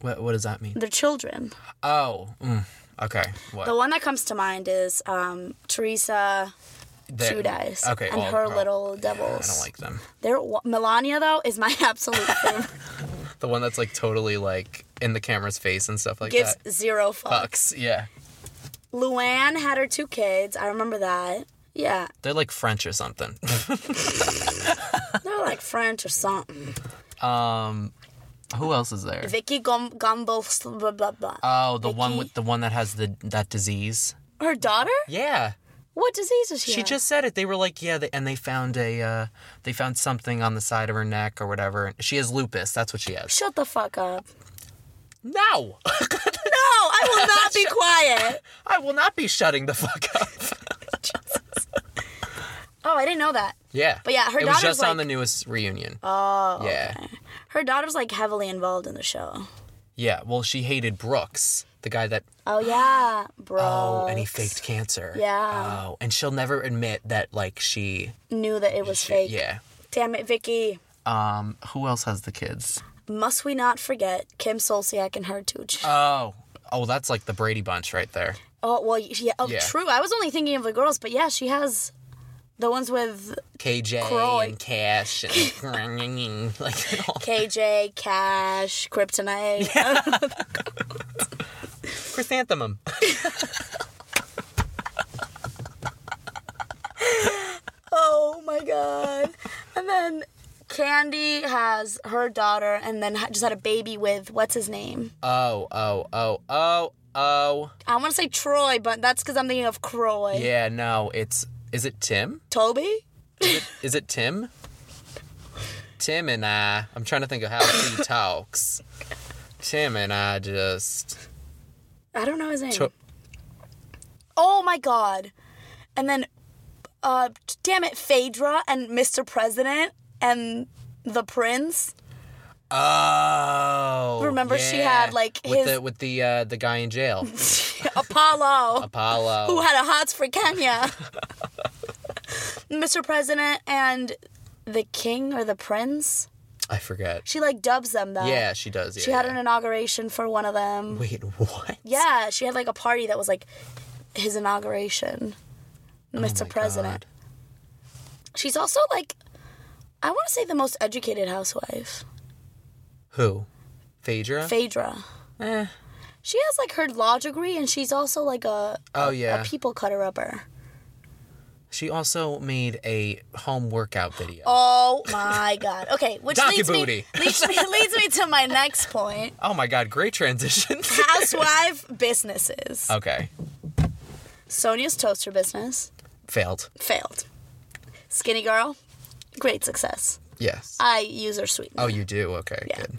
Speaker 2: What what does that mean?
Speaker 1: Their children.
Speaker 2: Oh. mm, Okay. What?
Speaker 1: The one that comes to mind is um, Teresa
Speaker 2: There-
Speaker 1: Two Dice
Speaker 2: Okay.
Speaker 1: and
Speaker 2: all-
Speaker 1: her
Speaker 2: all-
Speaker 1: little
Speaker 2: I
Speaker 1: devils.
Speaker 2: don't like them.
Speaker 1: They're wa- Melania though is my *laughs* absolute favorite.
Speaker 2: The one that's like totally like in the camera's face and stuff like
Speaker 1: Gives
Speaker 2: that.
Speaker 1: zero fucks.
Speaker 2: Fucks. Yeah.
Speaker 1: Luann had her two kids. I remember that. Yeah,
Speaker 2: They're like French
Speaker 1: *laughs*
Speaker 2: or something.
Speaker 1: they're like French or something.
Speaker 2: um, who else is there?
Speaker 1: Vicky Gum- Gumbel, blah blah blah.
Speaker 2: Oh, the one
Speaker 1: Vicky.
Speaker 2: with the one that has the that disease.
Speaker 1: her daughter?
Speaker 2: Yeah.
Speaker 1: What disease is she?
Speaker 2: She
Speaker 1: have?
Speaker 2: just said it. They were like, yeah, they, and they found a, uh, they found something on the side of her neck or whatever. She has lupus. That's what she has.
Speaker 1: shut the fuck up.
Speaker 2: *laughs* No,
Speaker 1: No,
Speaker 2: *laughs*
Speaker 1: I will not *laughs* be quiet.
Speaker 2: I will not be shutting the fuck up.
Speaker 1: Oh, I didn't know that.
Speaker 2: yeah.
Speaker 1: But yeah, her
Speaker 2: It was
Speaker 1: daughter's
Speaker 2: just on
Speaker 1: like-
Speaker 2: the newest reunion. Oh. Yeah.
Speaker 1: Her daughter's like heavily involved in the show.
Speaker 2: Yeah. Well, she hated Brooks, the guy that.
Speaker 1: Oh yeah, bro.
Speaker 2: Oh, and he faked cancer.
Speaker 1: Yeah.
Speaker 2: Oh, and she'll never admit that like she.
Speaker 1: knew that it was
Speaker 2: she-
Speaker 1: fake.
Speaker 2: Yeah.
Speaker 1: Damn it, Vicky.
Speaker 2: Um. Who else has the kids?
Speaker 1: Must we not forget Kim Solsiak and her two children?
Speaker 2: Oh. Oh, that's like the Brady Bunch right there.
Speaker 1: Oh well, yeah. Oh,
Speaker 2: Yeah.
Speaker 1: true. I was only thinking of the girls, but yeah, she has the ones with
Speaker 2: KJ
Speaker 1: Croy.
Speaker 2: and Cash
Speaker 1: *laughs*
Speaker 2: and *laughs* like all
Speaker 1: KJ, Cash,
Speaker 2: *laughs*
Speaker 1: Kryptonite.
Speaker 2: chrysanthemum. *laughs*
Speaker 1: Oh my god! And then Candy has her daughter, and then ha- just had a baby with what's his name?
Speaker 2: Oh, oh, oh, oh, oh.
Speaker 1: I want to say Troy, but that's because I'm thinking of Croy.
Speaker 2: Yeah, no, it's is it Tim?
Speaker 1: Toby.
Speaker 2: Is it Tim? Tim and I. I'm trying to think of how
Speaker 1: *coughs*
Speaker 2: he talks. Tim and I just
Speaker 1: I don't know his name.
Speaker 2: To-
Speaker 1: oh my god! And then, uh, damn it, Phaedra and Mr. President and the Prince. *laughs*
Speaker 2: Oh.
Speaker 1: Remember she
Speaker 2: yeah.
Speaker 1: had, like,
Speaker 2: with
Speaker 1: his-
Speaker 2: the with the uh, the guy
Speaker 1: *laughs*
Speaker 2: in jail,
Speaker 1: Apollo,
Speaker 2: Apollo.
Speaker 1: who had a hots for
Speaker 2: *laughs*
Speaker 1: Kenya. Mr. President and the king or the prince.
Speaker 2: I forget.
Speaker 1: She like dubs them though.
Speaker 2: Yeah, she does. Yeah,
Speaker 1: She had
Speaker 2: yeah.
Speaker 1: an inauguration for one of them.
Speaker 2: Wait, what?
Speaker 1: Yeah, she had like a party that was like his inauguration. Mr.
Speaker 2: Oh my
Speaker 1: President.
Speaker 2: God.
Speaker 1: She's also like I want to say the most educated housewife,
Speaker 2: Who? Phaedra.
Speaker 1: Phaedra.
Speaker 2: Eh.
Speaker 1: She has like her law degree and she's also like a
Speaker 2: Oh
Speaker 1: a
Speaker 2: yeah.
Speaker 1: people cutter upper.
Speaker 2: She also made a home workout video. Oh,
Speaker 1: Oh
Speaker 2: *laughs*
Speaker 1: my god. Okay, which
Speaker 2: Donkey
Speaker 1: leads
Speaker 2: booty.
Speaker 1: me leads me leads me to my next point.
Speaker 2: Oh my god, great
Speaker 1: *laughs*
Speaker 2: transition.
Speaker 1: Housewife businesses.
Speaker 2: okay.
Speaker 1: Sonia's toaster business
Speaker 2: Failed.
Speaker 1: failed. Skinny girl, great success.
Speaker 2: Yes.
Speaker 1: I use her sweetener.
Speaker 2: oh, you do? Okay, good.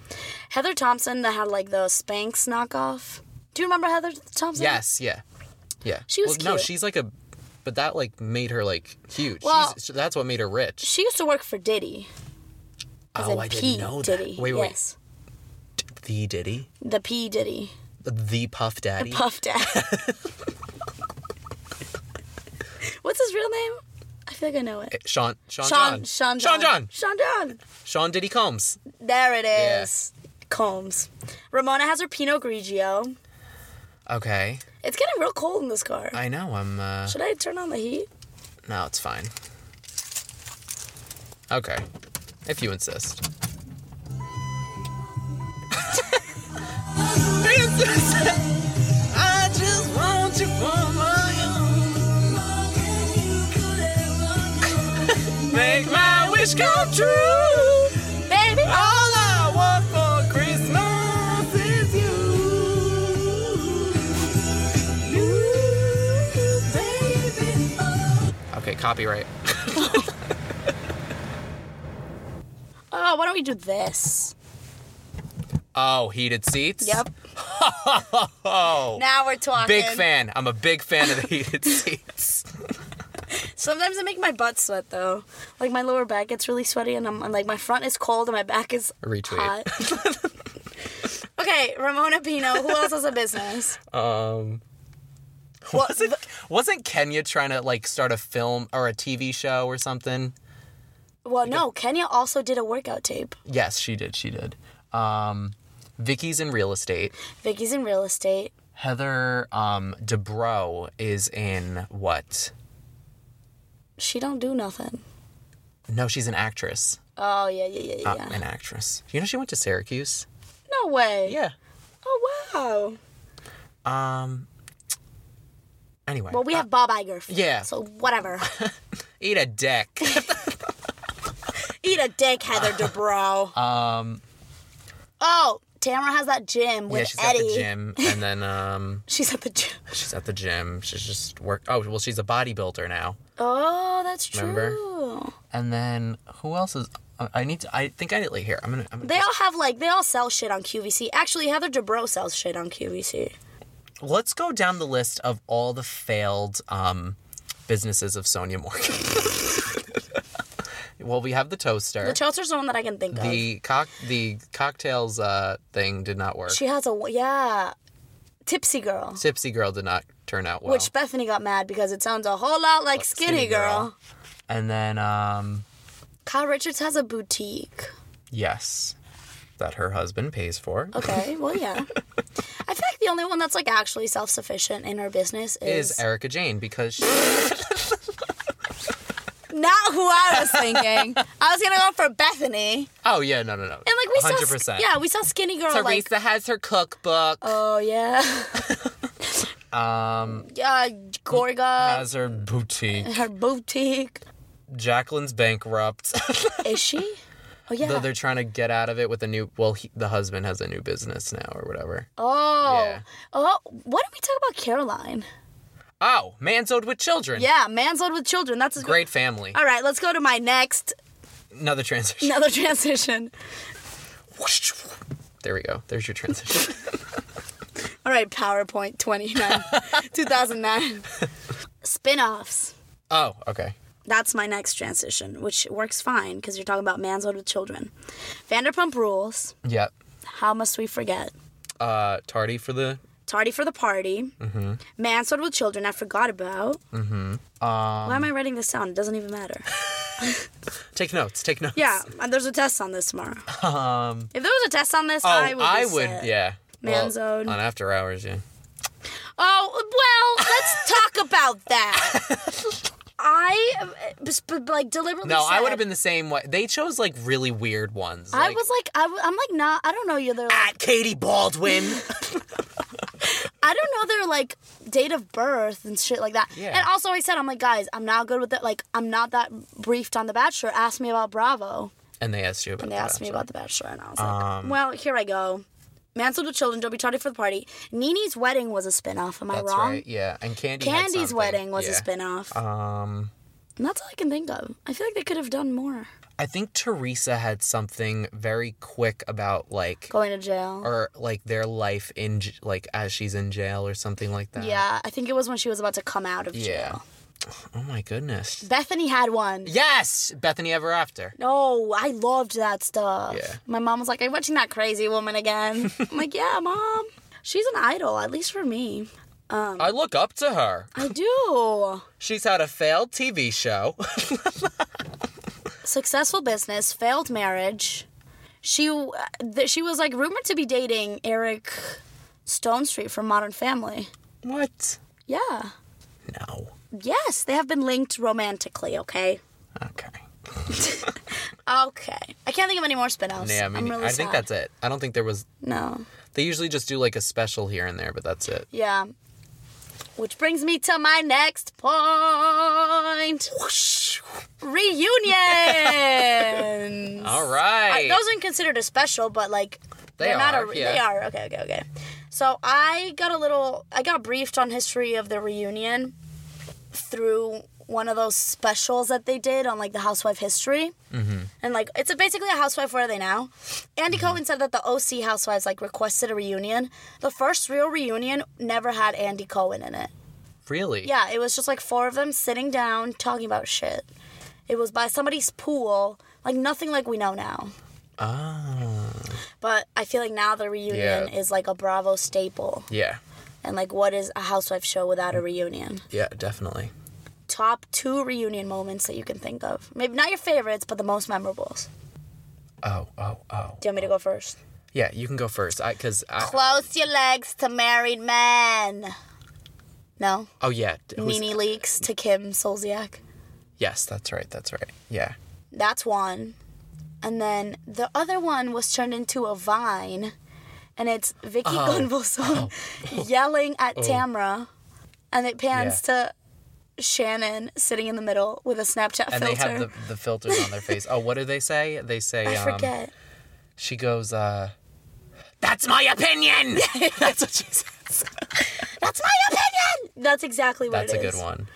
Speaker 1: Heather Thompson that had like the Spanx knockoff. Do you remember Heather Thompson?
Speaker 2: Yes, yeah. Yeah.
Speaker 1: She was
Speaker 2: No,
Speaker 1: cute.
Speaker 2: she's like a. But that like made her like huge.
Speaker 1: Well-
Speaker 2: she's, that's what made her rich.
Speaker 1: She used to work for Diddy.
Speaker 2: Oh,
Speaker 1: As in P. Diddy.
Speaker 2: Wait, wait,
Speaker 1: Yes.
Speaker 2: wait. The Diddy,
Speaker 1: The P. Diddy.
Speaker 2: the Puff Daddy.
Speaker 1: Puff
Speaker 2: *laughs*
Speaker 1: Daddy. What's his real name? I feel like I know it.
Speaker 2: Eh, Sean, Sean,
Speaker 1: Sean.
Speaker 2: John.
Speaker 1: Sean.
Speaker 2: Sean John.
Speaker 1: Sean John.
Speaker 2: Sean Diddy Combs.
Speaker 1: There it is. Combs. Ramona has her Pinot Grigio.
Speaker 2: Okay,
Speaker 1: It's getting real cold in this car.
Speaker 2: I know. I'm. uh
Speaker 1: Should I turn on the heat?
Speaker 2: No, it's fine. Okay, if you *laughs* insist. I just want you for my own. *laughs* Make my wish come true.
Speaker 1: Baby!
Speaker 2: All I want for Christmas is you. Okay, copyright.
Speaker 1: Oh, why don't we do this?
Speaker 2: Oh, heated seats? *laughs*
Speaker 1: Yep.
Speaker 2: Oh,
Speaker 1: Now we're talking.
Speaker 2: big fan. I'm a big fan of
Speaker 1: *laughs*
Speaker 2: the heated seats.
Speaker 1: Sometimes I make my butt sweat though. Like my lower back gets really sweaty, and I'm, I'm like my front is cold and my back is
Speaker 2: Retweet.
Speaker 1: hot. *laughs* okay, Ramona Pino. Who else has a business?
Speaker 2: Um,
Speaker 1: Well,
Speaker 2: wasn't, wasn't Kenya trying to like start a film or a TV show or something?
Speaker 1: Well, no. Kenya also did a workout tape.
Speaker 2: Yes, she did. She did. Um, Vicky's in real estate.
Speaker 1: Vicky's in real estate.
Speaker 2: Heather um, Dubrow is in what?
Speaker 1: She don't do nothing.
Speaker 2: No, she's an actress.
Speaker 1: Oh yeah, yeah, yeah,
Speaker 2: Uh,
Speaker 1: yeah.
Speaker 2: An actress. You know she went to Syracuse.
Speaker 1: no way.
Speaker 2: Yeah.
Speaker 1: Oh wow.
Speaker 2: Um. Anyway,
Speaker 1: Well, we have Bob Iger.
Speaker 2: Uh, yeah.
Speaker 1: So whatever. *laughs*
Speaker 2: eat a dick.
Speaker 1: Eat a dick,
Speaker 2: *laughs*
Speaker 1: Heather Dubrow. Um. Oh, Tamara has that gym with
Speaker 2: yeah, she's
Speaker 1: Eddie.
Speaker 2: at the gym, and then um,
Speaker 1: She's at the gym.
Speaker 2: she's at the gym. She's just work. Oh, well, she's a bodybuilder now.
Speaker 1: Oh, that's true.
Speaker 2: Remember? And then who else is? I- I need to. I think I like here. I'm gonna. I'm gonna
Speaker 1: They all have like they all sell shit on QVC. Actually, Heather Dubrow sells shit on QVC.
Speaker 2: let's go down the list of all the failed um, businesses of Sonia Morgan. *laughs* well, we have the toaster.
Speaker 1: The Chelsea's the one that I can think of.
Speaker 2: the cock the cocktails uh, thing did not work.
Speaker 1: She has a yeah, Tipsy Girl,
Speaker 2: Tipsy girl did not turn out well.
Speaker 1: which Bethany got mad because it sounds a whole lot like Skinny, Girl.
Speaker 2: And then um
Speaker 1: Kyle Richards has a boutique.
Speaker 2: yes, that her husband pays for
Speaker 1: Okay, well yeah. I feel like the only one that's like actually self sufficient in her business is,
Speaker 2: is Erica Jane
Speaker 1: *gasps*
Speaker 2: because she,
Speaker 1: not who I was
Speaker 2: *laughs*
Speaker 1: thinking. I was gonna go for Bethany,
Speaker 2: oh yeah no no no
Speaker 1: and like we
Speaker 2: hundred
Speaker 1: saw
Speaker 2: percent
Speaker 1: yeah we saw Skinny Girl
Speaker 2: Teresa
Speaker 1: like
Speaker 2: has her cookbook
Speaker 1: oh yeah
Speaker 2: *laughs* um
Speaker 1: yeah Gorga
Speaker 2: has
Speaker 1: *laughs*
Speaker 2: her boutique
Speaker 1: her boutique.
Speaker 2: Jacqueline's bankrupt
Speaker 1: Is she? Oh yeah.
Speaker 2: *laughs* though they're trying to get out of it with a new well he, the husband has a new business now or whatever
Speaker 1: oh.
Speaker 2: Yeah.
Speaker 1: Oh, why don't we talk about Caroline?
Speaker 2: oh manzoed with children
Speaker 1: Yeah, mansled with children. That's a
Speaker 2: great family
Speaker 1: All right, let's go to my next *laughs*
Speaker 2: another transition
Speaker 1: another transition.
Speaker 2: there we go there's your transition *laughs*
Speaker 1: All right, PowerPoint 29 2009 spin-offs.
Speaker 2: oh okay
Speaker 1: That's my next transition, which works fine because you're talking about mansled with children. Vanderpump Rules,
Speaker 2: yep
Speaker 1: How Must We Forget?
Speaker 2: uh tardy for the
Speaker 1: Tardy for the Party, mm-hmm. Mansled with Children, I forgot about. Mm-hmm. Why am I writing this down? It doesn't even matter.
Speaker 2: take notes take notes
Speaker 1: Yeah, and there's a test on this tomorrow. Um, if there was a test on this,
Speaker 2: oh
Speaker 1: I would. be set.
Speaker 2: yeah Well,
Speaker 1: Manzoed.
Speaker 2: on after hours yeah
Speaker 1: Oh well, let's talk about that. I, uh, bes- b- like deliberately.
Speaker 2: no I
Speaker 1: said-
Speaker 2: would have been the same way they chose like really weird ones
Speaker 1: I
Speaker 2: like,
Speaker 1: was like, I, am like, not. I don't know. You're their. Like,
Speaker 2: at Katie Baldwin
Speaker 1: *laughs* I don't know their like date of birth and shit like that.
Speaker 2: Yeah.
Speaker 1: And also, I said, I'm like, guys, I'm not good with it. Like, I'm not that briefed on The Bachelor. Ask me about Bravo.
Speaker 2: and they asked you about
Speaker 1: And they
Speaker 2: that.
Speaker 1: asked me about The Bachelor, and I was like,
Speaker 2: Um,
Speaker 1: well, here I go. Mansled with children. Don't be tardy for the party. Nini's wedding was a spin off. Am I
Speaker 2: that's
Speaker 1: wrong?
Speaker 2: right yeah and Candy had
Speaker 1: Candy's
Speaker 2: something.
Speaker 1: wedding was
Speaker 2: yeah.
Speaker 1: a spin off.
Speaker 2: um
Speaker 1: And that's all I can think of. I feel like they could have done more.
Speaker 2: I think Teresa had something very quick about like
Speaker 1: Going to jail.
Speaker 2: or like their life in j- like as she's in jail or something like that.
Speaker 1: yeah, I think it was when she was about to come out of jail.
Speaker 2: Yeah. Oh my goodness.
Speaker 1: Bethany had one.
Speaker 2: Yes, Bethany Ever After.
Speaker 1: No, I loved that stuff.
Speaker 2: Yeah.
Speaker 1: My mom was like, Are you watching that crazy woman
Speaker 2: *laughs*
Speaker 1: again? I'm like, Yeah, mom. She's an idol, at least for me.
Speaker 2: I look up to her.
Speaker 1: I do.
Speaker 2: She's had a failed TV show. *laughs*
Speaker 1: Successful business, failed marriage. She uh, th- she was like rumored to be dating Eric Stone Street from Modern Family.
Speaker 2: what?
Speaker 1: Yeah.
Speaker 2: No.
Speaker 1: Yes, they have been linked romantically, okay?
Speaker 2: Okay.
Speaker 1: Okay. I can't think of any more spin-offs.
Speaker 2: Yeah, I mean,
Speaker 1: I'm really
Speaker 2: I think
Speaker 1: sad.
Speaker 2: that's it. I don't think there was.
Speaker 1: No.
Speaker 2: They usually just do like a special here and there, but that's it.
Speaker 1: Yeah. Which brings me to my next point. Reunions.
Speaker 2: *laughs* All right.
Speaker 1: I- Uh, those aren't considered a special, but like
Speaker 2: They
Speaker 1: are not
Speaker 2: are,
Speaker 1: a re-
Speaker 2: yeah.
Speaker 1: they are. Okay, okay, okay. So I got a little I got briefed on history of the reunion through one of those specials that they did on like the housewife history
Speaker 2: Mm-hmm.
Speaker 1: and like it's a, basically a housewife where are they now andy cohen said that the oc housewives like requested a reunion the first real reunion never had andy cohen in it
Speaker 2: really?
Speaker 1: yeah, it was just like four of them sitting down talking about shit. It was by somebody's pool, like nothing like we know now.
Speaker 2: Oh.
Speaker 1: But I feel like now the reunion
Speaker 2: Yeah.
Speaker 1: is like a Bravo staple.
Speaker 2: Yeah.
Speaker 1: And like, what is a housewife show without a reunion?
Speaker 2: Yeah, definitely.
Speaker 1: Top two reunion moments that you can think of. Maybe not your favorites, but the most memorables.
Speaker 2: Oh, oh, oh.
Speaker 1: Do you want me to go first?
Speaker 2: Yeah, you can go first. I cuz I
Speaker 1: Close your legs to married men. No?
Speaker 2: Oh yeah. it was-
Speaker 1: Nene leaks to Kim Solziak.
Speaker 2: Yes, that's right. That's right. Yeah.
Speaker 1: That's one. And then the other one was turned into a vine. And it's Vicky
Speaker 2: Oh. *laughs*
Speaker 1: Gunvalson *laughs* yelling at Tamra. And it pans to Shannon sitting in the middle with a Snapchat
Speaker 2: And
Speaker 1: filter.
Speaker 2: they have the, the filters on their face. Oh, what do they say? They say
Speaker 1: I
Speaker 2: um,
Speaker 1: forget.
Speaker 2: she goes uh That's my opinion. *laughs* that's what she says.
Speaker 1: That's my opinion! That's exactly what
Speaker 2: That's
Speaker 1: it
Speaker 2: a
Speaker 1: is.
Speaker 2: good one.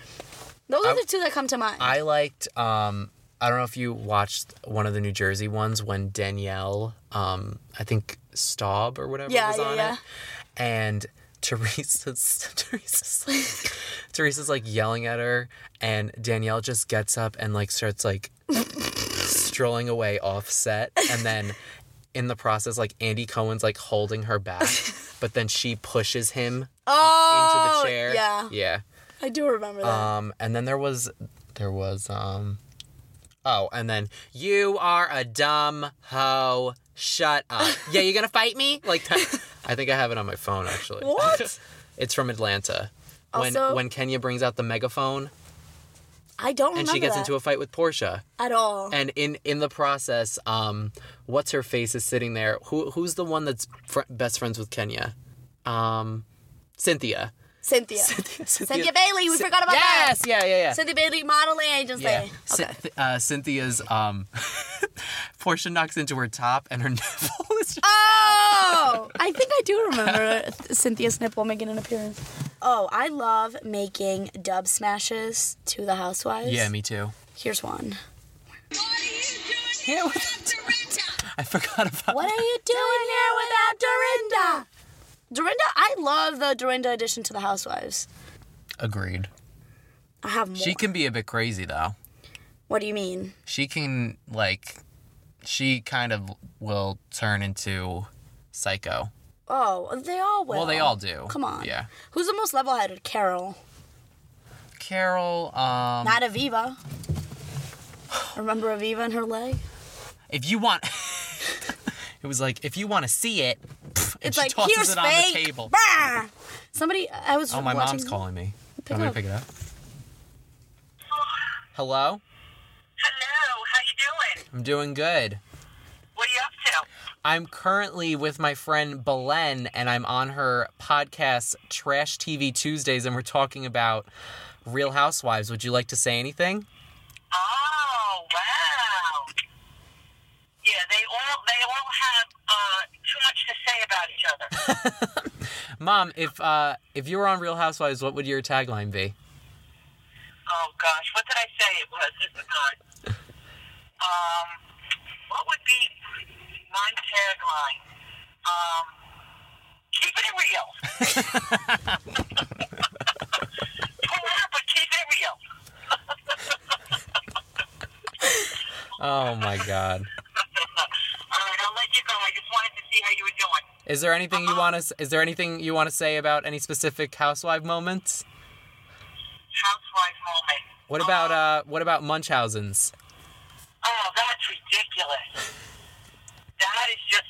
Speaker 1: Those are the two that come to mind.
Speaker 2: I liked. Um, I don't know if you watched one of the New Jersey ones when Danielle, um, I think Staub or whatever
Speaker 1: Yeah,
Speaker 2: was
Speaker 1: yeah,
Speaker 2: on
Speaker 1: yeah.
Speaker 2: it, and *laughs* Teresa's
Speaker 1: *laughs*
Speaker 2: Teresa's like, Teresa's like yelling at her, and Danielle just gets up and like starts like strolling away off set,
Speaker 1: *laughs*
Speaker 2: and then. In the process, like Andy Cohen's like holding her back,
Speaker 1: *laughs*
Speaker 2: but then she pushes him
Speaker 1: oh,
Speaker 2: into the chair.
Speaker 1: Yeah.
Speaker 2: yeah.
Speaker 1: I do remember that.
Speaker 2: Um, *laughs* and then there was, there was, um, oh, and then you are a dumb hoe. Shut up. yeah, you gonna fight me? Like that. I think I have it on my phone actually.
Speaker 1: What?
Speaker 2: *laughs* it's from Atlanta. When
Speaker 1: Also-
Speaker 2: when Kenya brings out the megaphone
Speaker 1: I don't
Speaker 2: and
Speaker 1: remember
Speaker 2: she gets
Speaker 1: that
Speaker 2: into a fight with Portia,
Speaker 1: at all.
Speaker 2: and in in the process, um, what's her face is sitting there. Who who's the one that's fr- best friends with Kenya? Um, Cynthia.
Speaker 1: Cynthia.
Speaker 2: *laughs* Cynthia,
Speaker 1: Cynthia Bailey, we forgot about that.
Speaker 2: Yes, yeah, yeah, yeah.
Speaker 1: Cynthia Bailey Modeling Agency.
Speaker 2: Yeah.
Speaker 1: Okay.
Speaker 2: Cyn- uh, Cynthia's um, *laughs* Portia knocks into her top and her *laughs* nipple is just.
Speaker 1: Oh, *laughs* I think I do remember *laughs* Cynthia Snipple making an appearance. Oh, I love making dub smashes to the housewives.
Speaker 2: Yeah, me too.
Speaker 1: Here's one.
Speaker 2: Yeah, what- I forgot about
Speaker 1: What are you doing here without Dorinda? Dorinda, I love the Dorinda addition to the housewives.
Speaker 2: *laughs* Agreed.
Speaker 1: I have more.
Speaker 2: She can be a bit crazy though.
Speaker 1: what do you mean?
Speaker 2: She can, like, she kind of will turn into psycho.
Speaker 1: Oh, they all will.
Speaker 2: Well, they all do.
Speaker 1: Come on.
Speaker 2: Yeah.
Speaker 1: Who's the most level-headed? Carol,
Speaker 2: Carol, um,
Speaker 1: not Aviva. Remember Aviva and her leg?
Speaker 2: if you want. *laughs* it was like, if you want to see it, pff, and
Speaker 1: It's
Speaker 2: she
Speaker 1: like
Speaker 2: tosses
Speaker 1: here's
Speaker 2: it on
Speaker 1: fake.
Speaker 2: the table.
Speaker 1: Bah! Somebody, I was.
Speaker 2: Oh, my
Speaker 1: watching-
Speaker 2: mom's calling me.
Speaker 1: Pick
Speaker 2: Want me
Speaker 1: up.
Speaker 2: to pick it up? Hello?
Speaker 3: Hello, how you doing?
Speaker 2: I'm doing good.
Speaker 3: What are you up to?
Speaker 2: I'm currently with my friend Belen, and I'm on her podcast, Trash TV Tuesdays, and we're talking about Real Housewives. Would you like to say anything?
Speaker 3: Oh wow! Yeah, they all they all have uh, too much to say about each other.
Speaker 2: Mom, if uh, if you were on Real Housewives, what would your tagline be?
Speaker 4: oh gosh, what did I say it was? This is hard. Um, what would be my tagline? Um, keep it real. Pull it up, but keep it real.
Speaker 2: Oh my god.
Speaker 4: All right, I'll let you go. I just wanted to see how you were doing.
Speaker 2: Is there anything you want to? Is there anything you want to say about any specific housewife moments?
Speaker 4: Housewife moment. Um,
Speaker 2: What about uh? What about Munchausen's?
Speaker 4: Oh, that's ridiculous. That is just.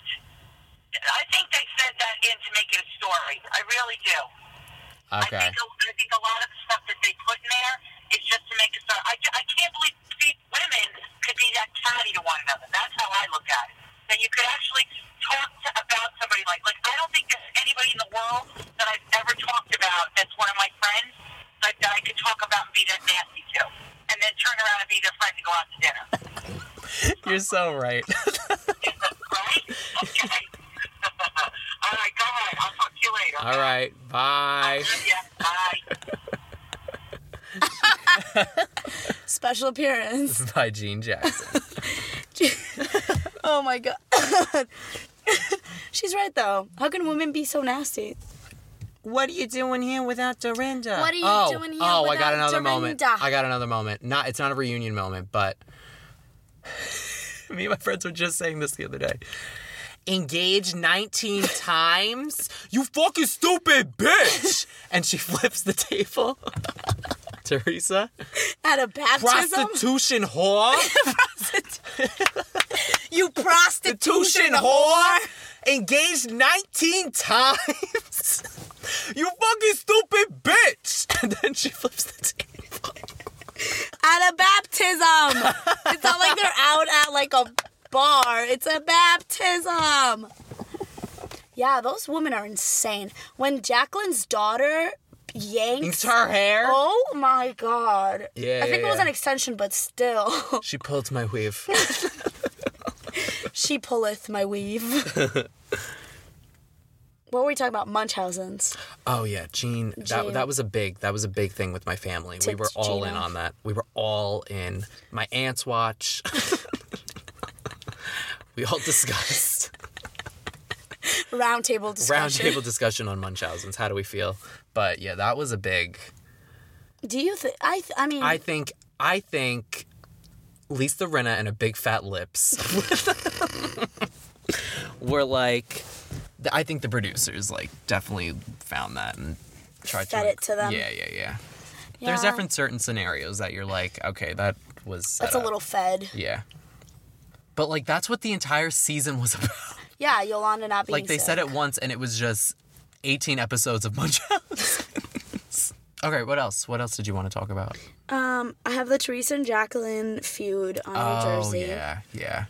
Speaker 4: I think they said that in to make it a story. I really do. I
Speaker 2: Okay.
Speaker 4: think, a- I think a lot of the stuff that they put in there is just to make a story. I, ju- I can't believe these women could be that catty to one another. That's how I look at it. That you could actually talk to, about somebody like, like, I don't think there's anybody in the world that I've ever talked about that's one of my friends like, that I could talk about and be that nasty to. And then turn around and be their friend and go out to dinner.
Speaker 2: You're so
Speaker 3: *laughs*
Speaker 2: right.
Speaker 4: right? Okay. *laughs* All right, go ahead. I'll talk to you later.
Speaker 2: All right. Bye.
Speaker 4: Yeah, bye.
Speaker 1: Special appearance.
Speaker 2: By Gene Jackson.
Speaker 1: *laughs* Oh my god. *laughs* She's right though. How can women be so nasty?
Speaker 2: What are you doing here without Dorinda?
Speaker 1: What are you
Speaker 2: oh,
Speaker 1: doing here
Speaker 2: Oh, I got
Speaker 1: without
Speaker 2: another moment.
Speaker 1: Dorinda?
Speaker 2: I got another moment. Not it's not a reunion moment, but *laughs* me and my friends were just saying this the other day. Engaged 19 *laughs* times? You fucking
Speaker 1: *laughs*
Speaker 2: stupid bitch! and she *laughs* flips the table. *laughs* Teresa?
Speaker 1: At a baptism?
Speaker 2: Prostitution whore?
Speaker 1: you *laughs* prostitution
Speaker 2: Prostitution whore? Engaged 19 times? *laughs* you fucking stupid bitch! *laughs* And then she flips the table.
Speaker 1: At a baptism! it's not like they're out at like a bar, it's a baptism! Yeah, those women are insane. When Jacqueline's daughter
Speaker 2: It's
Speaker 1: yanked.
Speaker 2: her hair.
Speaker 1: Oh my god.
Speaker 2: Mm-hmm. Yeah,
Speaker 1: I think
Speaker 2: yeah,
Speaker 1: it was
Speaker 2: yeah.
Speaker 1: an extension, but still. *laughs*
Speaker 2: She pulled my weave.
Speaker 1: she pulleth my
Speaker 2: *laughs*
Speaker 1: weave. what were we talking about? Munchausen's.
Speaker 2: oh yeah, Gene. That
Speaker 1: Gene.
Speaker 2: that was a big that was a big thing with my family. we
Speaker 1: Tipped
Speaker 2: were all in
Speaker 1: Gene off.
Speaker 2: on that. We were all in. My aunts watch. *laughs* we all *laughs* discussed
Speaker 1: Roundtable discussion.
Speaker 2: roundtable discussion on Munchausen's. How do we feel? But yeah, that was a big.
Speaker 1: Do you think? I, th- I mean,
Speaker 2: I think I think Lisa Rinna and a big fat lips *laughs* were like I think the producers like definitely found that and tried
Speaker 1: Fed
Speaker 2: to
Speaker 1: it to them.
Speaker 2: Yeah, yeah, yeah. There's
Speaker 1: yeah,
Speaker 2: definitely certain scenarios that you're like, okay, that was set
Speaker 1: That's a
Speaker 2: up.
Speaker 1: little fed.
Speaker 2: yeah. But like that's what the entire season was *laughs* about.
Speaker 1: Yeah, Yolanda not being
Speaker 2: Like they said
Speaker 1: sick.
Speaker 2: it once and it was just 18 episodes of Munchausen. *laughs* okay, what else? What else did you want to talk about?
Speaker 1: Um, I have the Teresa and Jacqueline feud on New Jersey.
Speaker 2: Oh, yeah, yeah.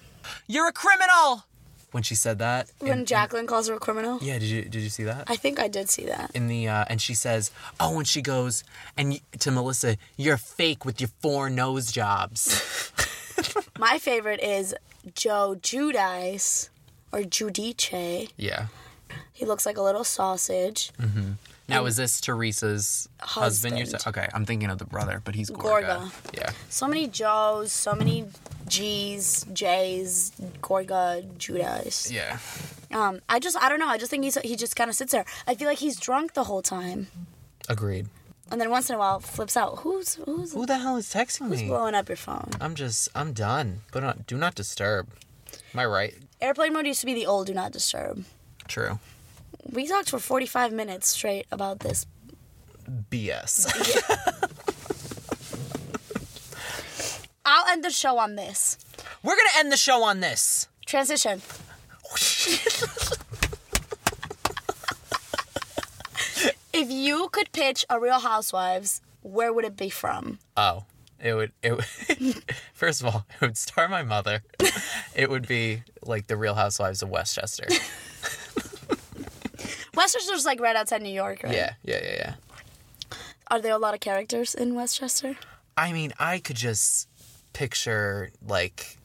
Speaker 2: You're a criminal. When she said that.
Speaker 1: When
Speaker 2: and-
Speaker 1: Jacqueline calls her a criminal.
Speaker 2: yeah, did you did you see that?
Speaker 1: I think I did see that.
Speaker 2: in the uh, and she says, "Oh," and she goes and y- to Melissa, "You're fake with your four
Speaker 1: *laughs*
Speaker 2: nose jobs."
Speaker 1: My favorite is Joe Judice or Judice.
Speaker 2: yeah.
Speaker 1: He looks like a little sausage.
Speaker 2: Mm. Now is this Teresa's husband? You're sa- okay, I'm thinking of the brother, but he's Gorga.
Speaker 1: Gorga.
Speaker 2: Yeah.
Speaker 1: So many Joes, so many G's, J's, Gorga, Judice.
Speaker 2: Yeah.
Speaker 1: Um, I just I don't know. I just think he's he just kind of sits there. I feel like he's drunk the whole time,
Speaker 2: Agreed.
Speaker 1: and then once in a while flips out. Who's who's
Speaker 2: Who the hell is texting me?
Speaker 1: blowing up your phone?
Speaker 2: I'm just I'm done. But on do not disturb. Am I right?
Speaker 1: Airplane mode used to be the old do not disturb.
Speaker 2: True.
Speaker 1: We talked for 45 minutes straight about this. *laughs*
Speaker 2: BS.
Speaker 1: I'll end the show on this.
Speaker 2: We're gonna end the show on this.
Speaker 1: Transition. *laughs* if you could pitch a Real Housewives, where would it be from?
Speaker 2: Oh, it would. *laughs* It would. first of all, it would star my mother. It would be like the Real Housewives of
Speaker 1: *laughs*
Speaker 2: Westchester.
Speaker 1: Westchester's like right outside New York, right?
Speaker 2: Yeah, yeah, yeah, yeah.
Speaker 1: Are there a lot of characters in Westchester?
Speaker 2: I mean, I could just picture like,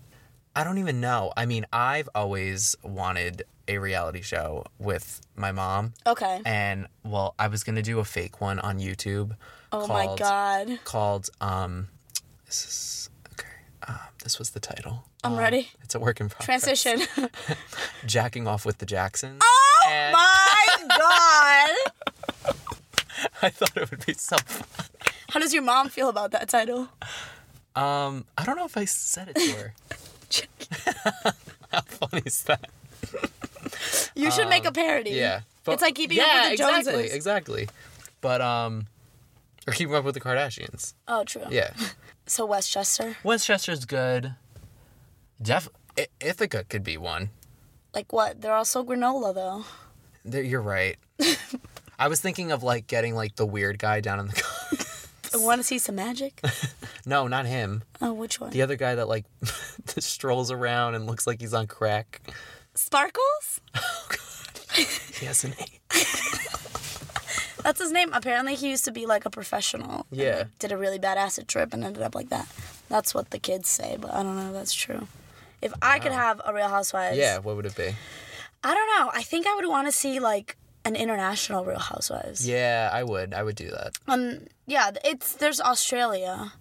Speaker 2: I don't even know. I mean, I've always wanted a reality show with my mom.
Speaker 1: Okay.
Speaker 2: And well, I was gonna do a fake one on YouTube.
Speaker 1: Oh my God.
Speaker 2: Called um, this is okay. Um, this was the title.
Speaker 1: I'm
Speaker 2: Um,
Speaker 1: ready.
Speaker 2: It's a work in
Speaker 1: Oh.
Speaker 2: progress.
Speaker 1: Transition.
Speaker 2: Jacking off with the Jacksons.
Speaker 1: *laughs* oh
Speaker 2: And
Speaker 1: my
Speaker 2: *laughs*
Speaker 1: God.
Speaker 2: I thought it would be so fun.
Speaker 1: How does your mom feel about that title?
Speaker 2: Um, I don't know if I said it to
Speaker 1: *laughs*
Speaker 2: her. *laughs* How funny is that?
Speaker 1: You should make a parody.
Speaker 2: Um, Yeah.
Speaker 1: it's like keeping up
Speaker 2: Yeah,
Speaker 1: with the Joneses.
Speaker 2: Exactly, exactly. But um or keeping up with the Kardashians.
Speaker 1: Oh, true. *laughs*
Speaker 2: Yeah.
Speaker 1: So Westchester,
Speaker 2: Westchester's good. Def I- Ithaca could be one.
Speaker 1: like what? They're also granola though.
Speaker 2: There, you're
Speaker 1: *laughs*
Speaker 2: right. I was thinking of like getting like the weird guy down in the co- *laughs*
Speaker 1: I want to see some magic.
Speaker 2: No, not him.
Speaker 1: Oh, which one?
Speaker 2: The other guy that like *laughs* that strolls around and looks like he's on crack.
Speaker 1: Sparkles?
Speaker 2: He has an eight.
Speaker 1: That's his name. Apparently, he used to be like a professional. and,
Speaker 2: Yeah.
Speaker 1: like, did a really bad acid trip and ended up like that. That's what the kids say, but I don't know if that's true. If I could have a Real Housewives,
Speaker 2: Yeah, what would it be?
Speaker 1: I don't know. I think I would want to see like an international Real Housewives.
Speaker 2: Yeah, I would. I would do that.
Speaker 1: Um, yeah. It's there's Australia.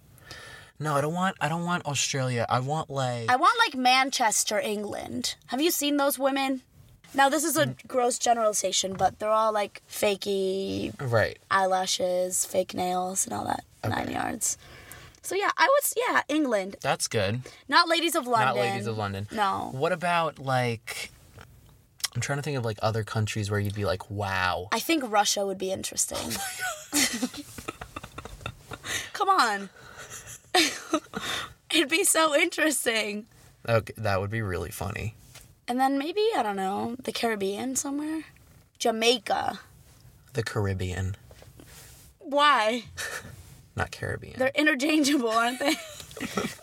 Speaker 2: No, I don't want I don't want Australia. I want like
Speaker 1: I want like Manchester, England. Have you seen those women? Now this is
Speaker 2: Mm.
Speaker 1: a gross generalization, but they're all like fakey
Speaker 2: Right.
Speaker 1: eyelashes, fake nails, and all that nine yards. So yeah, I would s- yeah England,
Speaker 2: That's good.
Speaker 1: not ladies of London.
Speaker 2: Not ladies of London.
Speaker 1: No,
Speaker 2: What about like I'm trying to think of like other countries where you'd be like, wow.
Speaker 1: I think Russia would be interesting. *laughs* Come on, it'd be so interesting.
Speaker 2: Okay, that would be really funny.
Speaker 1: And then maybe I don't know the Caribbean somewhere, Jamaica.
Speaker 2: The Caribbean,
Speaker 1: Why?
Speaker 2: not Caribbean.
Speaker 1: They're interchangeable, aren't they?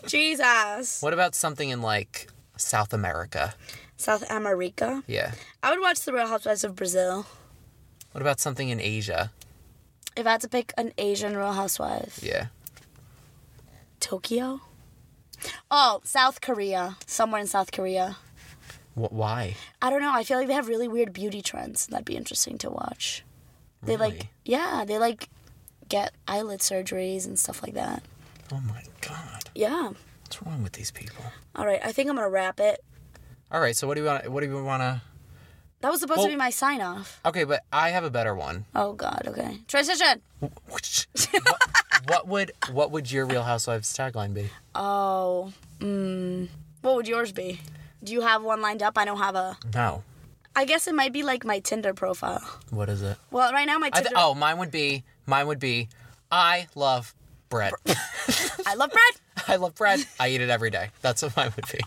Speaker 1: Jesus.
Speaker 2: What about something in like South America?
Speaker 1: South America.
Speaker 2: Yeah.
Speaker 1: I would watch The Real Housewives of Brazil.
Speaker 2: What about something in Asia?
Speaker 1: If I had to pick an Asian Real Housewife,
Speaker 2: Yeah.
Speaker 1: Tokyo? Oh, South Korea. Somewhere in South Korea.
Speaker 2: Wh- why?
Speaker 1: I don't know. I feel like they have really weird beauty trends. That'd be interesting to watch. They like,
Speaker 2: Really?
Speaker 1: yeah, they like get eyelid surgeries and stuff like that.
Speaker 2: Oh my god.
Speaker 1: Yeah.
Speaker 2: What's wrong with these people?
Speaker 1: All right. I think I'm going to wrap it.
Speaker 2: All right, so what do you want what do you want to
Speaker 1: That was supposed
Speaker 2: Well-
Speaker 1: to be my sign off.
Speaker 2: Okay, but I have a better
Speaker 1: *laughs*
Speaker 2: one.
Speaker 1: Oh, God. Okay. Transition.
Speaker 2: what, what would what would your Real Housewives tagline be?
Speaker 1: Oh, mm, what would yours be? Do you have one lined up? I don't have a.
Speaker 2: No.
Speaker 1: I guess it might be like my Tinder profile.
Speaker 2: What is it?
Speaker 1: Well, right now my
Speaker 2: I
Speaker 1: Tinder.
Speaker 2: th- oh, mine would be mine would be I love bread.
Speaker 1: *laughs* I love bread.
Speaker 2: *laughs* I love bread. I eat it every day. That's what mine would be.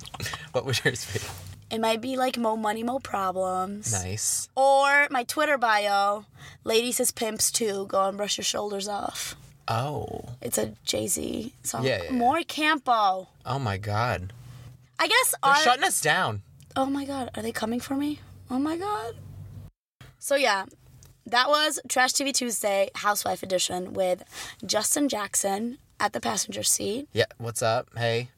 Speaker 2: What would yours be?
Speaker 1: It might be like mo money mo problems.
Speaker 2: Nice.
Speaker 1: Or my Twitter bio, lady says pimps too. Go and brush your shoulders off.
Speaker 2: Oh.
Speaker 1: It's a Jay Z song.
Speaker 2: Yeah, yeah, yeah.
Speaker 1: More Campo.
Speaker 2: Oh my god.
Speaker 1: I guess.
Speaker 2: They're
Speaker 1: Our,
Speaker 2: shutting us down.
Speaker 1: oh my God, are they coming for me? Oh my God. So yeah, that was Trash TV Tuesday Housewife Edition with Justin Jackson at the passenger seat.
Speaker 2: Yeah, what's up? Hey.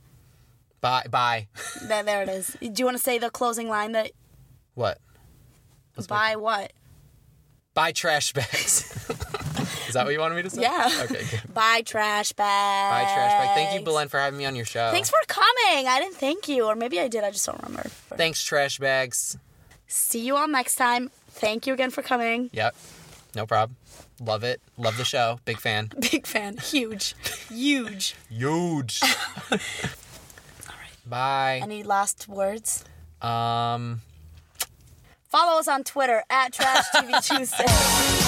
Speaker 2: Bye bye.
Speaker 1: There, there it is. Do you want to say the closing line that
Speaker 2: What?
Speaker 1: by what?
Speaker 2: Buy trash bags. *laughs* Is that what you wanted me to say?
Speaker 1: Yeah.
Speaker 2: Okay, good.
Speaker 1: Buy trash
Speaker 2: Buy
Speaker 1: bag.
Speaker 2: trash bag. Thank you, Belen, for having me on your show.
Speaker 1: Thanks for coming. I didn't thank you, or maybe I did. I just don't remember.
Speaker 2: Thanks, trash bags.
Speaker 1: See you all next time. Thank you again for coming. *laughs*
Speaker 2: Yep. No problem. Love it. Love the show. Big fan.
Speaker 1: Big fan. Huge. Huge.
Speaker 2: Huge. *laughs* Bye.
Speaker 1: Any last words?
Speaker 2: Um.
Speaker 1: Follow us on Twitter at Trash TV Tuesday. *laughs*